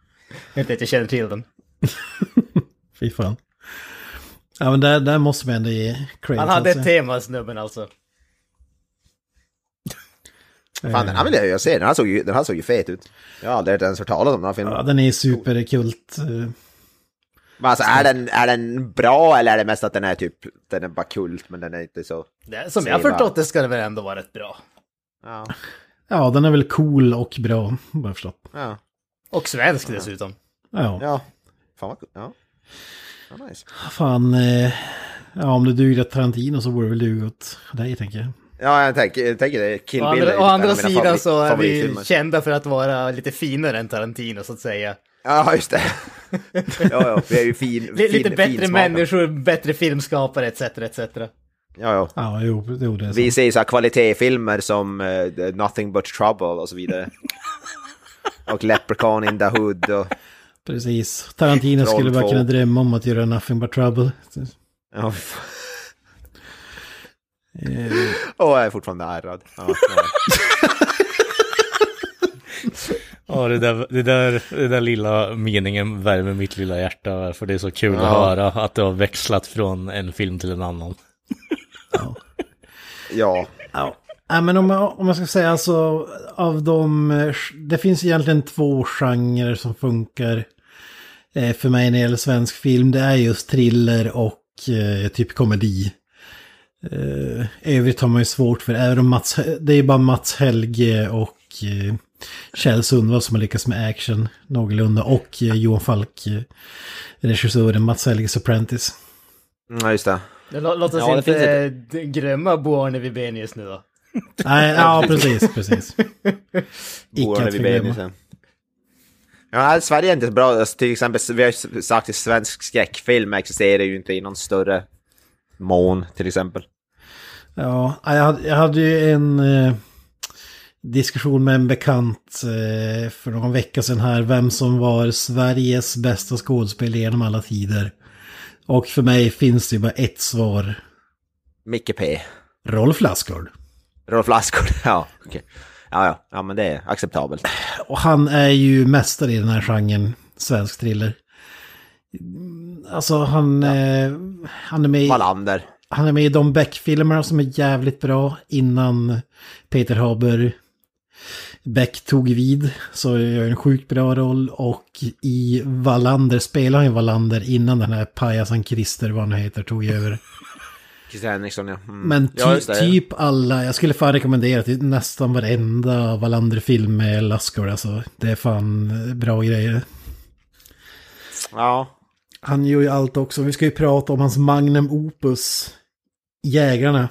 [SPEAKER 4] Inte att jag känner till den.
[SPEAKER 1] Fy fan. Ja, men där, där måste man ändå ge cred.
[SPEAKER 4] Han
[SPEAKER 1] så
[SPEAKER 4] hade
[SPEAKER 1] att
[SPEAKER 4] ett
[SPEAKER 1] säga.
[SPEAKER 4] tema, snubben alltså.
[SPEAKER 2] Fan, den här vill jag ju se. Den här såg ju, den här såg ju fet ut. Jag har aldrig ens hört talas om den här filmen.
[SPEAKER 1] Ja, den är superkult. eh,
[SPEAKER 2] Men alltså, är den, är den bra eller är det mest att den är typ... Den är bara kult, men den är inte så...
[SPEAKER 4] Det, som
[SPEAKER 2] Säg
[SPEAKER 4] jag har förstått
[SPEAKER 2] vad.
[SPEAKER 4] det ska det väl ändå vara rätt bra.
[SPEAKER 2] Ja.
[SPEAKER 1] Ja, den är väl cool och bra, vad jag förstått.
[SPEAKER 2] Ja.
[SPEAKER 4] Och svensk dessutom.
[SPEAKER 1] Ja,
[SPEAKER 2] ja. Fan vad... Ja. ja nice.
[SPEAKER 1] fan. eh, Ja, om det duger åt Tarantino så borde det väl duga åt dig, tänker jag.
[SPEAKER 2] Ja, jag tänker, jag tänker det. Kill
[SPEAKER 4] Å
[SPEAKER 2] Bill är
[SPEAKER 4] andra,
[SPEAKER 2] typ
[SPEAKER 4] å
[SPEAKER 2] en av
[SPEAKER 4] andra
[SPEAKER 2] mina
[SPEAKER 4] sidan
[SPEAKER 2] favorit-
[SPEAKER 4] så är vi
[SPEAKER 2] favoritfilmer.
[SPEAKER 4] kända för att vara lite finare än Tarantino så att säga.
[SPEAKER 2] Ja, just det. ja, ja, vi är ju fin, fin,
[SPEAKER 4] Li- Lite bättre
[SPEAKER 2] finsmakare.
[SPEAKER 4] människor, bättre filmskapare etc. etc.
[SPEAKER 2] Ja, ja.
[SPEAKER 1] Ja, jo, jo det är
[SPEAKER 2] Vi
[SPEAKER 1] så.
[SPEAKER 2] ser ju så här kvalitetsfilmer som eh, The Nothing But Trouble och så vidare. och Leprechaun in the Hood och...
[SPEAKER 1] Precis. Tarantino
[SPEAKER 2] Troll
[SPEAKER 1] skulle bara
[SPEAKER 2] två.
[SPEAKER 1] kunna drömma om att göra Nothing But Trouble.
[SPEAKER 2] Ja, f-
[SPEAKER 1] Eh,
[SPEAKER 2] Åh, jag är fortfarande ärrad. Ja, ja.
[SPEAKER 3] Ja, det där, det, där, det där lilla meningen värmer mitt lilla hjärta. För det är så kul
[SPEAKER 2] Ja.
[SPEAKER 3] att höra att det har växlat från en film till en annan.
[SPEAKER 1] ja.
[SPEAKER 2] ja.
[SPEAKER 1] Ja. Nej, men om jag, om jag ska säga alltså av de, eh, det finns egentligen två genrer som funkar eh, för mig när det gäller svensk film. Det är just thriller och eh, typ komedi. Eh, övrigt har man ju svårt för, även om Mats, det är ju bara Mats Helge och eh, Kjell Sundvall som har lyckats med action någorlunda och eh, Johan Falk, eh, regissören Mats Helges Apprentice.
[SPEAKER 2] Mm, Ja, just det.
[SPEAKER 4] Det lå- Låt oss
[SPEAKER 2] Ja, det
[SPEAKER 4] inte
[SPEAKER 2] finns
[SPEAKER 4] eh, d- glömma Boarne Vibén just nu då.
[SPEAKER 1] Nej, ja precis, precis. Icke
[SPEAKER 2] Boarna
[SPEAKER 1] att
[SPEAKER 2] vid
[SPEAKER 1] förglömma.
[SPEAKER 2] benen sen. Ja, Sverige är inte bra. Alltså, till exempel, vi har ju sagt att svensk skräckfilm existerar ju inte i någon större mån, till exempel.
[SPEAKER 1] Ja, jag hade, jag hade ju en eh, diskussion med en bekant eh, för någon vecka sedan här, vem som var Sveriges bästa skådespelare genom alla tider. Och för mig finns det ju bara ett svar,
[SPEAKER 2] Micke P.
[SPEAKER 1] Rolf Lassgård.
[SPEAKER 2] Rolf Lassgård. Ja, okej. Ja, ja. ja, men det är acceptabelt.
[SPEAKER 1] Och han är ju mästare i den här genren, svensk thriller. Mm, Alltså han, eh, han är med i...
[SPEAKER 2] Wallander.
[SPEAKER 1] Han är med i de Beck-filmerna som är jävligt bra innan Peter Haber Beck tog vid. Så gör han en sjukt bra roll och i Wallander spelar han ju Wallander innan den här pajasen Christer, vad han nu heter, tog över.
[SPEAKER 2] Christer Henriksson, ja. Mm.
[SPEAKER 1] Men ty
[SPEAKER 2] ja, just det.
[SPEAKER 1] typ alla, jag skulle fan rekommendera till nästan varenda Wallander-film med Lassgård alltså. Det är fan bra grejer.
[SPEAKER 2] Ja.
[SPEAKER 1] Han gör ju allt också. Vi ska ju prata om hans Magnum Opus, Jägarna,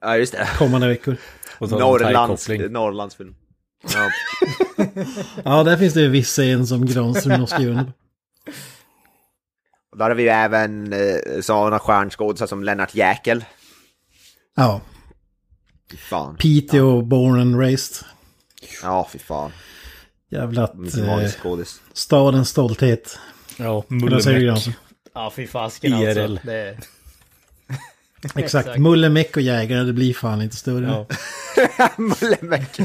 [SPEAKER 2] ja, just det.
[SPEAKER 1] kommande veckor.
[SPEAKER 3] Och ta en
[SPEAKER 2] Norrlands,
[SPEAKER 3] thai-koppling.
[SPEAKER 2] Norrlandsfilm. Ja.
[SPEAKER 1] Ja, där finns det ju viss scen som Granström har skrivit under på.
[SPEAKER 2] Och Där har vi ju även eh, sådana stjärnskådisar som Lennart Jäkel.
[SPEAKER 1] Ja,
[SPEAKER 2] Fy fan.
[SPEAKER 1] Piteå, born and raised.
[SPEAKER 2] Ja, fy fan.
[SPEAKER 1] Jävla att,
[SPEAKER 2] Mycket
[SPEAKER 1] eh,
[SPEAKER 2] magisk skådis.
[SPEAKER 1] stadens stolthet.
[SPEAKER 3] Ja,
[SPEAKER 1] Eller vad säger alltså. du Granström?
[SPEAKER 3] Mullemäck.
[SPEAKER 4] Ja, fy fasken
[SPEAKER 3] IRL.
[SPEAKER 4] alltså. Det,
[SPEAKER 1] Exakt, Mullemäck och jägare, det blir fan inte större.
[SPEAKER 3] Ja.
[SPEAKER 2] Mullemäck.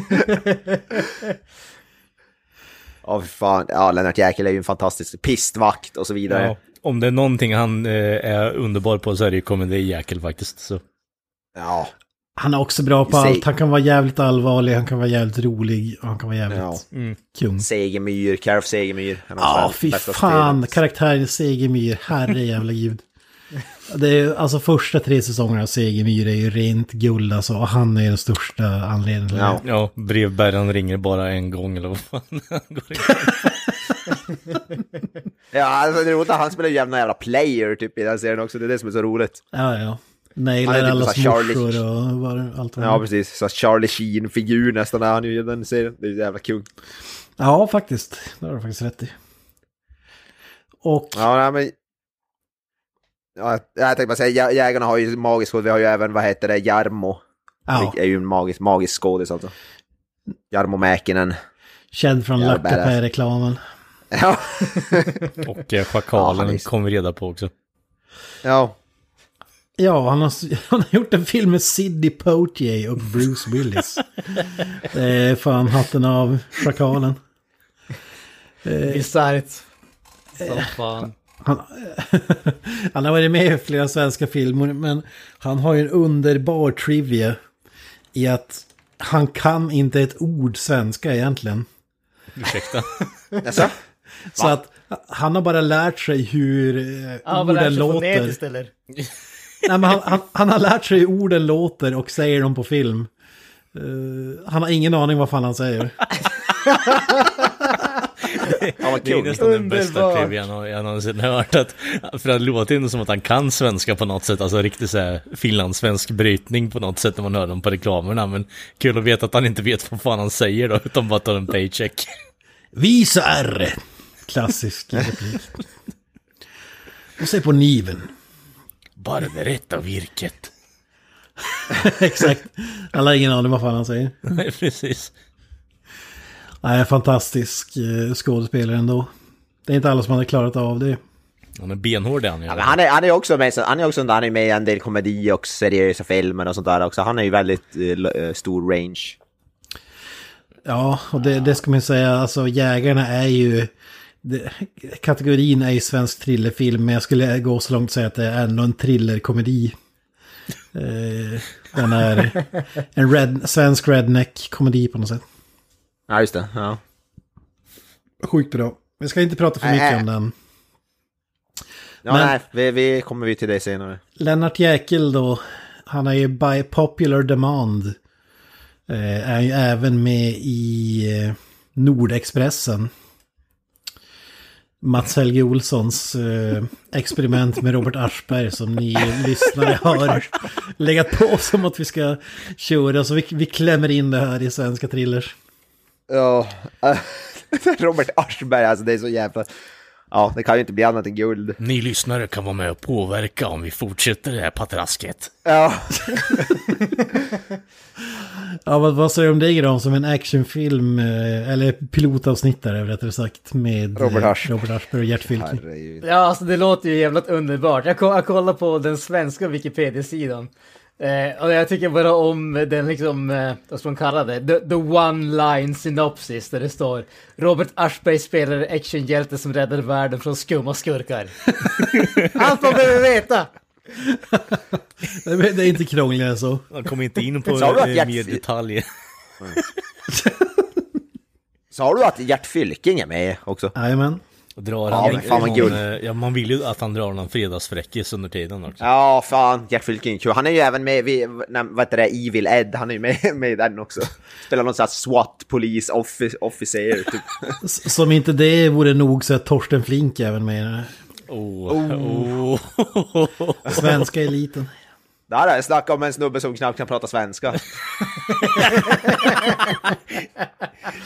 [SPEAKER 2] Ja, fy fan. Ja, Lennart Jäkel är ju en fantastisk pistvakt och så vidare.
[SPEAKER 3] Ja,
[SPEAKER 2] Ja,
[SPEAKER 3] om det är någonting han eh, är underbar på så är det ju komedijäkel faktiskt. Så.
[SPEAKER 2] ja.
[SPEAKER 1] Han är också bra på
[SPEAKER 2] Säg-
[SPEAKER 1] allt. Han kan vara jävligt allvarlig, han kan vara jävligt rolig och han kan vara jävligt
[SPEAKER 2] Ja. Alltså,
[SPEAKER 1] kung.
[SPEAKER 2] Segemyr, Karf Segemyr. En av
[SPEAKER 1] Mm. Ja,
[SPEAKER 2] Sveriges
[SPEAKER 1] fy
[SPEAKER 2] bästa
[SPEAKER 1] fan.
[SPEAKER 2] skådespelare.
[SPEAKER 1] Karaktären Segemyhr, herre jävla gud. Det är ju- alltså första tre säsongerna av Segemyhr är ju rent guld alltså. Och han är ju den största anledningen till det.
[SPEAKER 2] Ja.
[SPEAKER 3] Ja, brevbäraren ringer bara en gång eller vad fan. han går igång.
[SPEAKER 2] Ja, alltså, det är roligt att han spelar ju jävla jävla player typ i den serien också. Det är det som är så roligt.
[SPEAKER 1] Ja, ja.
[SPEAKER 2] Han
[SPEAKER 1] Nailar
[SPEAKER 2] är typ
[SPEAKER 1] allas
[SPEAKER 2] så här Charlie-
[SPEAKER 1] morsor och vad- allt vad det
[SPEAKER 2] Ja,
[SPEAKER 1] är.
[SPEAKER 2] precis. Så Charlie Sheen-figur nästan är han ju i den serien. Det är ju jävla kung.
[SPEAKER 1] Ja, faktiskt. Det har du faktiskt rätt i. Och
[SPEAKER 2] Ja, nej, men... Ja, jag- jag tänkte bara säga, jä- jägarna har ju magisk skådis. Vi har ju även, vad heter det, Jarmo.
[SPEAKER 1] ja,
[SPEAKER 2] Det är ju en magisk, magisk skådis alltså. Jarmo Mäkinen.
[SPEAKER 1] känd från
[SPEAKER 2] Jävla badass.
[SPEAKER 1] Lattapää-reklamen.
[SPEAKER 2] Ja.
[SPEAKER 3] Och eh,
[SPEAKER 2] Ja, han
[SPEAKER 3] schakalen
[SPEAKER 2] är-
[SPEAKER 3] kom vi reda på också.
[SPEAKER 2] ja.
[SPEAKER 1] Ja, han har, han har gjort en film med Sidney Poitier och Bruce Willis. det är fan hatten av schakalen.
[SPEAKER 4] det är bisarrt. Som fan.
[SPEAKER 1] Han, han har varit med i flera svenska filmer, men han har ju en underbar trivia i att han kan inte ett ord svenska egentligen.
[SPEAKER 3] Ursäkta.
[SPEAKER 2] Alltså,
[SPEAKER 1] Så att han har bara lärt sig hur eh,
[SPEAKER 4] Ja, men det här
[SPEAKER 1] orden
[SPEAKER 4] är
[SPEAKER 1] låter.
[SPEAKER 4] fonetiskt eller?
[SPEAKER 1] Nej, men han, han, han har lärt sig hur orden låter och säger dem på film. Eh, han har ingen aning vad fan han säger.
[SPEAKER 2] han var
[SPEAKER 3] Det är
[SPEAKER 2] kung.
[SPEAKER 3] nästan den bästa
[SPEAKER 4] Underbart.
[SPEAKER 3] trivian jag jag någonsin har hört. Att, för det låter inte som att han kan svenska på något sätt, alltså riktigt såhär finlandssvensk brytning på något sätt när man hör dem på reklamerna. Men kul att veta att han inte vet vad fan han säger då, utan bara tar en paycheck.
[SPEAKER 1] Visa R! E. Klassisk replik. Och se på niven.
[SPEAKER 3] Bara det rätta virket.
[SPEAKER 1] Exakt. Alla har ingen aning vad fan han säger.
[SPEAKER 3] Nej, precis.
[SPEAKER 1] Nej, fantastisk eh, skådespelare ändå. Det är inte alla som hade klarat av det.
[SPEAKER 3] Han är benhård han
[SPEAKER 2] Ja, men han är ju han är också med, så- han är också han är med i en del komedi och seriösa filmer och sånt där också. Han är ju väldigt eh, l- eh, stor range.
[SPEAKER 1] Ja, och det, det ska man ju säga, alltså jägarna är ju... Det, kategorin är ju svensk thrillerfilm, men jag skulle gå så långt och säga att det är ändå en thrillerkomedi. Eh, den är en red, svensk redneck-komedi på något sätt.
[SPEAKER 2] Ja, just det. Ja.
[SPEAKER 1] Sjukt bra. Vi ska inte prata för mycket
[SPEAKER 2] Nej.
[SPEAKER 1] om den.
[SPEAKER 2] Ja,
[SPEAKER 1] Men-
[SPEAKER 2] nej, vi, vi kommer vi till det senare.
[SPEAKER 1] Lennart Jäkel då, han är ju by popular demand. Eh, är ju även med i eh, Nordexpressen. Mats Helge Olssons eh, experiment med Robert Aschberg som ni lyssnare har legat på som att vi ska köra. Så vi, vi klämmer in det här i svenska thrillers.
[SPEAKER 2] Ja, eh, Robert Aschberg, alltså det är så jävla... Ja, det kan ju inte bli annat än guld.
[SPEAKER 3] Ni lyssnare kan vara med och påverka om vi fortsätter det här patrasket.
[SPEAKER 2] Ja,
[SPEAKER 1] Ja, vad, vad säger du om det Gran som en actionfilm, eh, eller pilotavsnitt där rättare sagt, med eh,
[SPEAKER 2] Robert Aschberg.
[SPEAKER 1] Robert Aschberg och Gert Fylking.
[SPEAKER 2] herregud.
[SPEAKER 4] Ja, alltså det låter ju jävligt underbart. Jag, ko- jag kollar på den svenska Wikipedia-sidan. Eh, och jag tycker bara om den liksom, eh, vad ska man kalla det, the, the one-line synopsis där det står Robert Aschberg spelar en actionhjälte som räddar världen från skumma skurkar. Allt man behöver veta!
[SPEAKER 1] Nej, men Det är inte krångligare än så.
[SPEAKER 3] Han kom inte in på
[SPEAKER 2] Sa du att
[SPEAKER 3] eh,
[SPEAKER 2] Gert-
[SPEAKER 3] mer detaljer.
[SPEAKER 2] Sa du att Gert Fylking är med också?
[SPEAKER 1] Jajamän.
[SPEAKER 3] Drar
[SPEAKER 2] Ja,
[SPEAKER 3] han
[SPEAKER 2] men fan vad
[SPEAKER 3] någon,
[SPEAKER 2] guld.
[SPEAKER 3] eh, ja, man vill ju att han drar någon fredagsfräckis under tiden också.
[SPEAKER 2] Ja, fan. Gert Fylking är kul. Han är ju även med vid, när, vad heter det, Evil Ed. Han är ju med, med i den också. Spelar någon sån här SWAT-polis office- officer, typ.
[SPEAKER 1] S- Som inte det vore nog så är Torsten Flink även med i den här
[SPEAKER 3] Oh, oh.
[SPEAKER 1] svenska eliten.
[SPEAKER 2] Där har jag snackat om en snubbe som knappt kan prata svenska.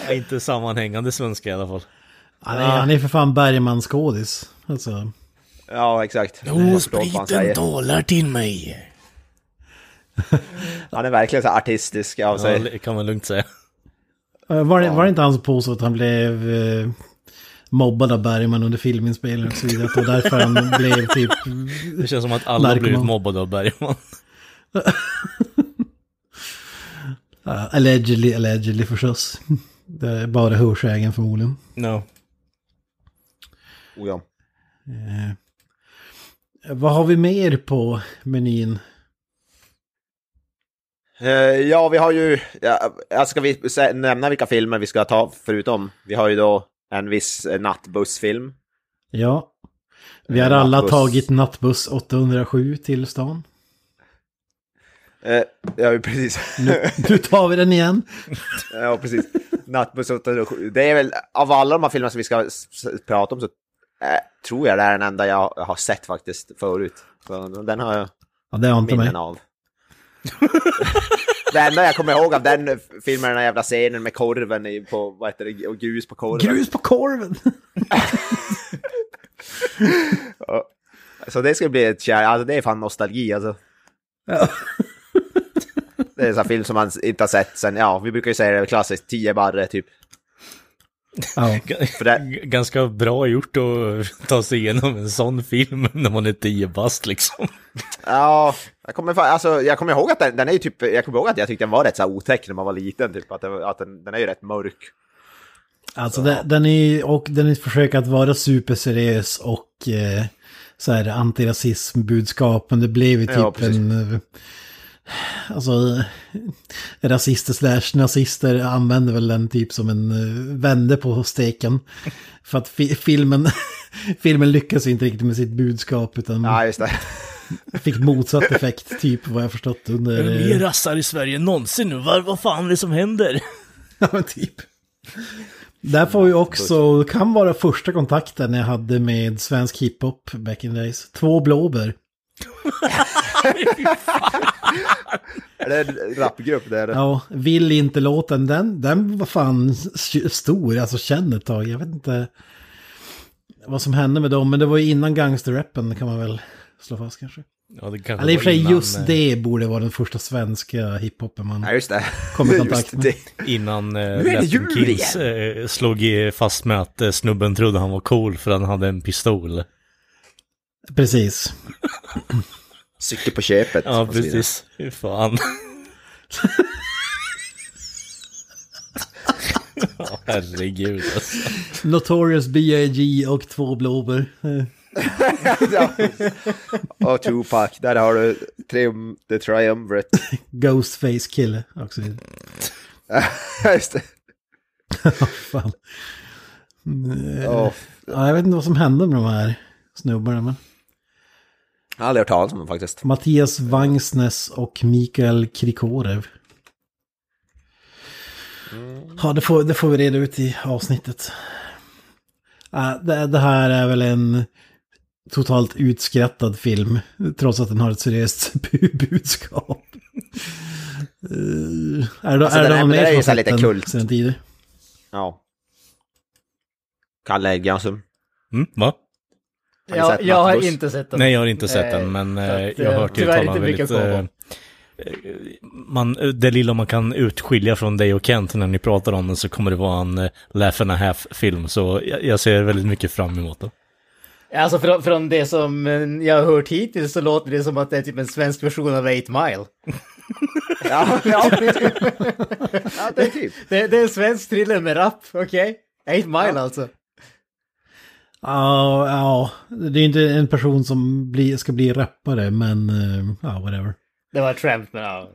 [SPEAKER 3] Ja, inte sammanhängande svenska i alla fall.
[SPEAKER 1] Han är, han är för fan Bergmanskådis. Alltså,
[SPEAKER 2] Ja, exakt. Jag förstår vad han säger.
[SPEAKER 3] talar till mig.
[SPEAKER 2] Han är verkligen så här artistisk av
[SPEAKER 3] Ja,
[SPEAKER 2] sig.
[SPEAKER 3] det kan man lugnt säga.
[SPEAKER 1] eh, var, det, var det inte han som påstod att han blev eh, mobbad av Bergman under filminspelningen och så vidare? Och därför han blev typ...
[SPEAKER 3] Det känns som att alla har blivit
[SPEAKER 1] Narkoman.
[SPEAKER 3] mobbade av Bergman.
[SPEAKER 1] eh, allegedly, allegedly förstås. Det är bara hörsägen förmodligen.
[SPEAKER 3] No.
[SPEAKER 2] Oh, ja.
[SPEAKER 1] Vad har vi mer på menyn?
[SPEAKER 2] Eh, ja, vi har ju... Ja, ja, ska vi sä- nämna vilka filmer vi ska ta förutom? Vi har ju då en viss eh, nattbussfilm.
[SPEAKER 1] Ja. Vi har alla
[SPEAKER 2] Nattbuss.
[SPEAKER 1] tagit nattbuss 807 till stan.
[SPEAKER 2] Uh, ja, precis.
[SPEAKER 1] Nu tar vi den igen.
[SPEAKER 2] ja, precis. Nattbuss 807. Det är väl, av alla de här filmerna som vi ska s- s- prata om så eh, tror jag det är den enda jag har sett faktiskt förut. Så den har jag
[SPEAKER 1] Ja, det har inte mig.
[SPEAKER 2] minnen av. det enda jag kommer ihåg av den filmen är den jävla scenen med korven i, på, vad heter det, och grus på korven.
[SPEAKER 1] Grus på korven!
[SPEAKER 2] Så det ska bli ett kär, alltså det är fan nostalgi alltså.
[SPEAKER 1] Ja.
[SPEAKER 2] Det är en sån här film som man inte har sett sen, ja, vi brukar ju säga det klassiskt, 10 barre typ.
[SPEAKER 1] Ja.
[SPEAKER 2] För det,
[SPEAKER 3] G- Ganska bra gjort att ta sig igenom en sån film när man är tio bast liksom.
[SPEAKER 2] ja, jag kommer, fan, alltså, jag kommer ihåg att den, den är ju typ, jag kommer ihåg att jag tyckte den var rätt så här otäck när man var liten, typ, att, det, att den, den är ju rätt mörk.
[SPEAKER 1] Alltså det, den är ju- och den är ett försök att vara superseriös och eh, så här antirasismbudskap, men det blev ju typ
[SPEAKER 2] Ja, precis.
[SPEAKER 1] en... eh, Alltså, eh, rasister slash nazister använder väl den typ som en eh, vände på steken. För att fi filmen, filmen lyckas ju inte riktigt med sitt budskap utan
[SPEAKER 2] Ja, just det.
[SPEAKER 1] fick motsatt effekt typ vad jag förstått under... eh,
[SPEAKER 3] rassar i Sverige än någonsin nu. Vad, vad fan är det som händer?
[SPEAKER 1] Ja, men typ. Där får vi också, det kan vara första kontakten jag hade med svensk hiphop back in the days. Två blåbär.
[SPEAKER 2] Det är en rapgrupp där.
[SPEAKER 1] Ja, vill inte låten, den, den var fan s- stor, alltså känn ett tag. Jag vet inte vad som hände med dem, men det var ju innan gangsterrappen kan man väl slå fast kanske.
[SPEAKER 3] Ja, det kanske
[SPEAKER 1] Eller i och
[SPEAKER 3] var
[SPEAKER 1] för sig
[SPEAKER 3] innan,
[SPEAKER 1] just
[SPEAKER 3] eh,
[SPEAKER 1] det borde vara den första svenska hiphopen man...
[SPEAKER 2] Ja, just det.
[SPEAKER 1] Kom i
[SPEAKER 2] Just
[SPEAKER 1] kontakt med.
[SPEAKER 2] det.
[SPEAKER 3] Innan eh,
[SPEAKER 2] det
[SPEAKER 3] Latin
[SPEAKER 2] jul
[SPEAKER 3] Kings eh, slog i- fast med att eh, snubben trodde han var cool för han hade en pistol.
[SPEAKER 1] Precis.
[SPEAKER 2] Cykel på köpet.
[SPEAKER 3] Ja,
[SPEAKER 2] och så vidare.
[SPEAKER 3] precis. Fy fan. Ja, Herregud alltså.
[SPEAKER 1] Notorious B.I.G. och två blåbär. Eh,
[SPEAKER 2] ja. Och Tupac, där har du trium, The Triumvirate.
[SPEAKER 1] Ghostface kille också.
[SPEAKER 2] Just det.
[SPEAKER 1] Fan. Eh.
[SPEAKER 2] Åh,
[SPEAKER 1] Ja, jag vet inte vad som hände med de här snubbarna, men...
[SPEAKER 2] jag har aldrig hört talas om dem faktiskt.
[SPEAKER 1] Mattias Vangsnes och Mikael Krikorev.
[SPEAKER 2] Mm.
[SPEAKER 1] Ja, det får, det får vi reda ut i avsnittet. Äh, det, det här är väl en totalt utskrattad film, trots att den har ett seriöst bu- budskap. Uh, är det,
[SPEAKER 2] Alltså,
[SPEAKER 1] är det
[SPEAKER 2] den här-
[SPEAKER 1] någon
[SPEAKER 2] men
[SPEAKER 1] mer
[SPEAKER 2] den är
[SPEAKER 1] som
[SPEAKER 2] ju
[SPEAKER 1] har
[SPEAKER 2] så
[SPEAKER 1] sett
[SPEAKER 2] här lite
[SPEAKER 1] den
[SPEAKER 2] kult.
[SPEAKER 1] sen tidigare?
[SPEAKER 2] Ja. Kalle alltså. Edgranström.
[SPEAKER 3] Mm, va?
[SPEAKER 2] ni
[SPEAKER 4] Jag,
[SPEAKER 2] sett
[SPEAKER 4] jag har
[SPEAKER 2] Nattbuss?
[SPEAKER 4] inte sett den.
[SPEAKER 3] Nej, jag har inte sett
[SPEAKER 4] Nej,
[SPEAKER 3] den, men
[SPEAKER 4] så
[SPEAKER 3] eh,
[SPEAKER 4] att,
[SPEAKER 3] jag har
[SPEAKER 4] eh,
[SPEAKER 3] hört
[SPEAKER 4] tyvärr
[SPEAKER 3] uttalan
[SPEAKER 4] inte mycket
[SPEAKER 3] väldigt...
[SPEAKER 4] att gå på.
[SPEAKER 3] eh, Man, eh, det lilla man kan utskilja från dig och Kent när ni pratar om den så kommer det vara en eh, laugh and a half-film. Så jag, jag ser väldigt mycket fram emot den.
[SPEAKER 4] Alltså från, från det som eh, jag har hört hittills så låter det som att det är typ en svensk version av 8 Mile.
[SPEAKER 2] Ja, ja.
[SPEAKER 1] typ.
[SPEAKER 2] ja, det är typ.
[SPEAKER 4] Det, det är en svensk thriller med rap, okej? 8 Mile alltså.
[SPEAKER 1] Ja, ja, det är inte en person som blir, ska bli rappare, men eh, ja, whatever.
[SPEAKER 4] Det var ett skämt men ja.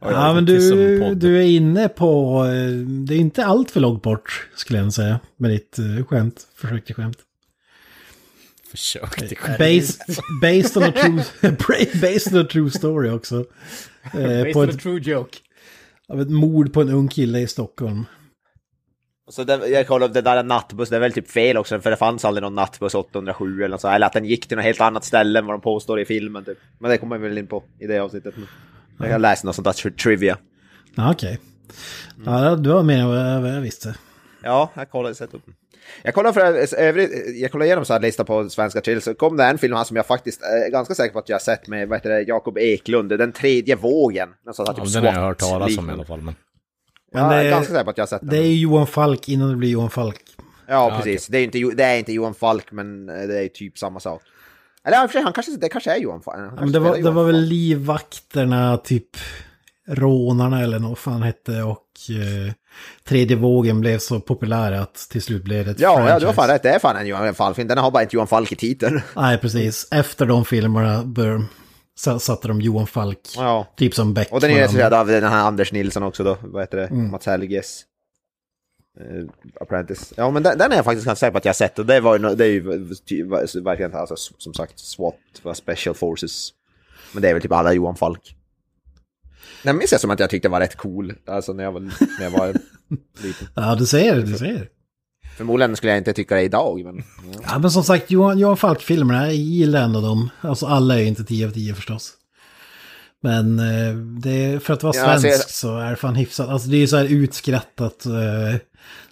[SPEAKER 1] Ja, men
[SPEAKER 3] till som
[SPEAKER 1] du,
[SPEAKER 3] podd.
[SPEAKER 1] du är inne på... eh, Det är inte allt för långt bort, skulle jag nog säga, med ditt eh, skämt. Försök till skämt.
[SPEAKER 3] Försök till
[SPEAKER 1] Based, based, on a true, based on a true story också. Eh,
[SPEAKER 4] Based
[SPEAKER 1] på
[SPEAKER 4] on a
[SPEAKER 1] ett,
[SPEAKER 4] true joke.
[SPEAKER 1] av ett mord på en ung kille i Stockholm.
[SPEAKER 2] Så den, jag kollade, den där nattbussen, det är väl typ fel också, för det fanns aldrig någon nattbuss 807 eller något så, eller att den gick till något helt annat ställe än vad de påstår i filmen. Typ. Men det kommer vi väl in på i det avsnittet. Jag har läst något sånt där tri- trivia.
[SPEAKER 1] Ja, okej. Ja, det var mer än vad jag- vad jag visste.
[SPEAKER 2] Ja, jag kollade sett upp. Jag kollade, för övrigt, eh, jag kollade igenom så här lista på svenska till så kom det en film här som jag faktiskt eh, är ganska säker på att jag har sett med vad heter det, Jakob Eklund, Den tredje vågen. Den, så här,
[SPEAKER 3] Ja,
[SPEAKER 2] typ
[SPEAKER 3] den har jag hört
[SPEAKER 2] SWAT
[SPEAKER 3] talas om i
[SPEAKER 2] liknande.
[SPEAKER 3] alla fall. Men...
[SPEAKER 1] Men
[SPEAKER 2] ja,
[SPEAKER 1] det,
[SPEAKER 2] jag är ganska
[SPEAKER 1] är,
[SPEAKER 2] säker på att jag har sett den.
[SPEAKER 1] det är ju Johan Falk innan det blir Johan Falk.
[SPEAKER 2] Ja, precis. Det, är ju inte, Jo- det är inte Johan Falk, men eh, det är ju typ samma sak. Eller i och för sig, han kanske, det kanske är Johan Falk. Han
[SPEAKER 1] Ja, men
[SPEAKER 2] kanske
[SPEAKER 1] det, var,
[SPEAKER 2] spelar
[SPEAKER 1] det
[SPEAKER 2] Johan
[SPEAKER 1] var väl
[SPEAKER 2] Falk.
[SPEAKER 1] livvakterna, typ rånarna eller något fan hette och eh, tredje vågen blev så populär att till slut blev det ett
[SPEAKER 2] Ja, ja,
[SPEAKER 1] franchise.
[SPEAKER 2] du har fan rätt. Det är fan en Johan Falk-film. Den har bara inte Johan Falk i titeln.
[SPEAKER 1] Nej, precis. Efter de filmerna bör, sa- satte de Johan Falk,
[SPEAKER 2] Ja.
[SPEAKER 1] typ som Beck.
[SPEAKER 2] Och den är ju
[SPEAKER 1] med
[SPEAKER 2] recenserad
[SPEAKER 1] andra.
[SPEAKER 2] av den här Anders Nilsson också då. Vad heter det?
[SPEAKER 1] Mm.
[SPEAKER 2] Mats Helges. eh, Apprentice. Ja, men den, den är jag faktiskt ganska säker på att jag har sett. Och det, var ju, nå- det är ju ty- verkligen alltså, som sagt SWAT, var Special Forces. Men det är väl typ alla Johan Falk. Den minns jag som att jag tyckte var rätt cool. Alltså när jag var, när jag var liten.
[SPEAKER 1] Ja, du ser, du ser.
[SPEAKER 2] Förmodligen skulle jag inte tycka det idag, men...
[SPEAKER 1] Ja, men som sagt, Johan, Johan Falk-filmerna, jag gillar ändå dem. Alltså alla är ju inte 10 av 10 förstås. Men eh, det, för att vara
[SPEAKER 2] Ja,
[SPEAKER 1] svensk
[SPEAKER 2] alltså, jag-
[SPEAKER 1] så är det fan hyfsat. Alltså det är ju så här utskrattat eh,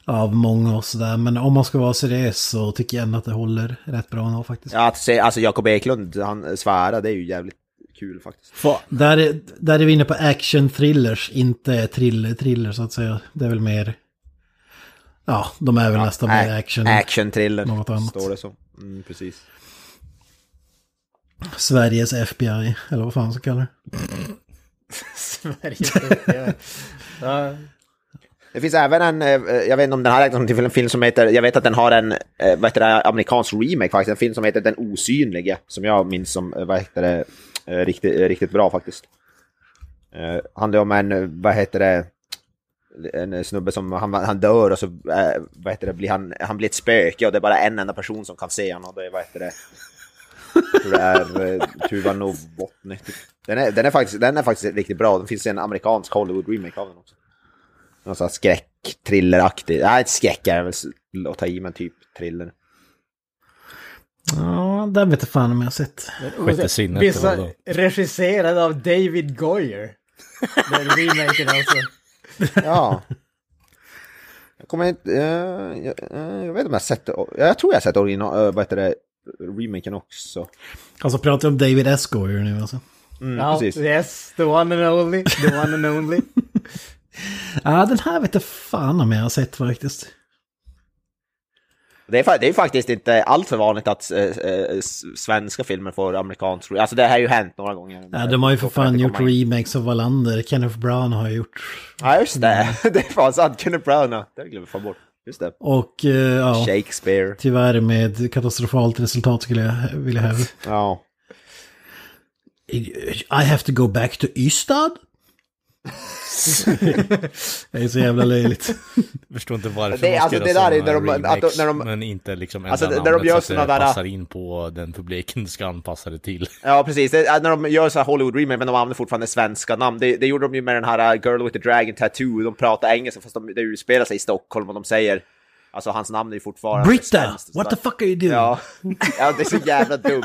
[SPEAKER 1] av många och sådär. Men om man ska vara seriös så tycker jag ändå att det håller rätt bra ändå faktiskt.
[SPEAKER 2] Ja, att se, alltså Jakob Eklund, han svära, det är ju jävligt kul faktiskt.
[SPEAKER 1] Där, är- där är vi inne på action-thrillers, inte thriller-thriller så att säga. Det är väl mer... Ja, de är väl nästan mer action.
[SPEAKER 2] Action-thriller,
[SPEAKER 1] Något annat.
[SPEAKER 2] står det så. Mm, precis.
[SPEAKER 1] Sveriges FBI, eller vad fan man ska kalla det.
[SPEAKER 4] Sverige. ja.
[SPEAKER 2] Det finns även en, eh, jag vet inte om den här räknas som till en film som heter, jag vet att den har en, eh, vad heter det, amerikansk remake faktiskt, en film som heter Den osynlige, som jag minns som, eh, vad heter det, eh, riktigt, eh, riktigt bra faktiskt. Eh, handlar om en, eh, vad heter det, en snubbe som, han, han dör och så, eh, vad heter det, blir han, han blir ett spöke och det är bara en enda person som kan se honom och det är, vad heter det, jag tror det är eh, Tuva Novotny. typ. Den är, den, är faktiskt, den är faktiskt riktigt bra, det finns en amerikansk Hollywood-remake av den också. Någon sån här skräck, thrilleraktig. Nej, inte skräck är det väl att ta i, men typ thriller.
[SPEAKER 1] Ja, den vet jag fan om jag har sett.
[SPEAKER 3] Sjätte sinnet. det var
[SPEAKER 4] Vissa
[SPEAKER 3] då.
[SPEAKER 4] regisserad av David Goyer. Den remaken alltså.
[SPEAKER 2] Ja. Jag kommer inte... eh, jag, eh, jag vet inte om jag har sett det. Jag tror jag har sett original... eh, vad heter det? Remaken också.
[SPEAKER 1] Alltså pratar jag om David S. Goyer nu alltså.
[SPEAKER 2] Mm,
[SPEAKER 4] Ja,
[SPEAKER 2] precis.
[SPEAKER 4] yes, the one and only. The one and only.
[SPEAKER 1] Ja, den här vet jag fan om jag har sett faktiskt.
[SPEAKER 2] Det är, fa- det är faktiskt inte allt för vanligt att eh, eh, s- svenska filmer får amerikansk... Alltså det har ju hänt några gånger.
[SPEAKER 1] Ja, de har ju för fan gjort
[SPEAKER 2] re...
[SPEAKER 1] remakes av Wallander. Kenneth Brown har gjort.
[SPEAKER 2] Ja, just det. Det är fan sant. Kenneth Branagh. Det glömde jag fan bort. Just det.
[SPEAKER 1] Och eh, ja,
[SPEAKER 2] Shakespeare.
[SPEAKER 1] tyvärr med katastrofalt resultat skulle jag vilja hävda.
[SPEAKER 2] Ja.
[SPEAKER 1] I have to go back to Ystad? det är så jävla löjligt.
[SPEAKER 3] Jag förstår inte varför
[SPEAKER 2] Det är-
[SPEAKER 3] man ska
[SPEAKER 2] alltså,
[SPEAKER 3] göra
[SPEAKER 2] det där är
[SPEAKER 3] sådana
[SPEAKER 2] när de- att de-
[SPEAKER 3] remakes,
[SPEAKER 2] när de-
[SPEAKER 3] men inte liksom
[SPEAKER 2] Alltså,
[SPEAKER 3] ändra
[SPEAKER 2] det- när de
[SPEAKER 3] namnet
[SPEAKER 2] gör
[SPEAKER 3] så att
[SPEAKER 2] såna
[SPEAKER 3] det
[SPEAKER 2] där-
[SPEAKER 3] passar in på den publiken du ska anpassa det till.
[SPEAKER 2] Ja, precis. Det, är när de gör så här Hollywood remake, men de använder fortfarande svenska namn. Det, det gjorde de ju med den här uh, Girl with the Dragon Tattoo. De pratar engelska fast de, det utspelar sig i Stockholm och de säger... Alltså hans namn är ju fortfarande...
[SPEAKER 1] Britta!
[SPEAKER 2] svenskt och
[SPEAKER 1] What
[SPEAKER 2] sådär.
[SPEAKER 1] the fuck are you doing?
[SPEAKER 2] Ja. ja, det är så jävla dumt.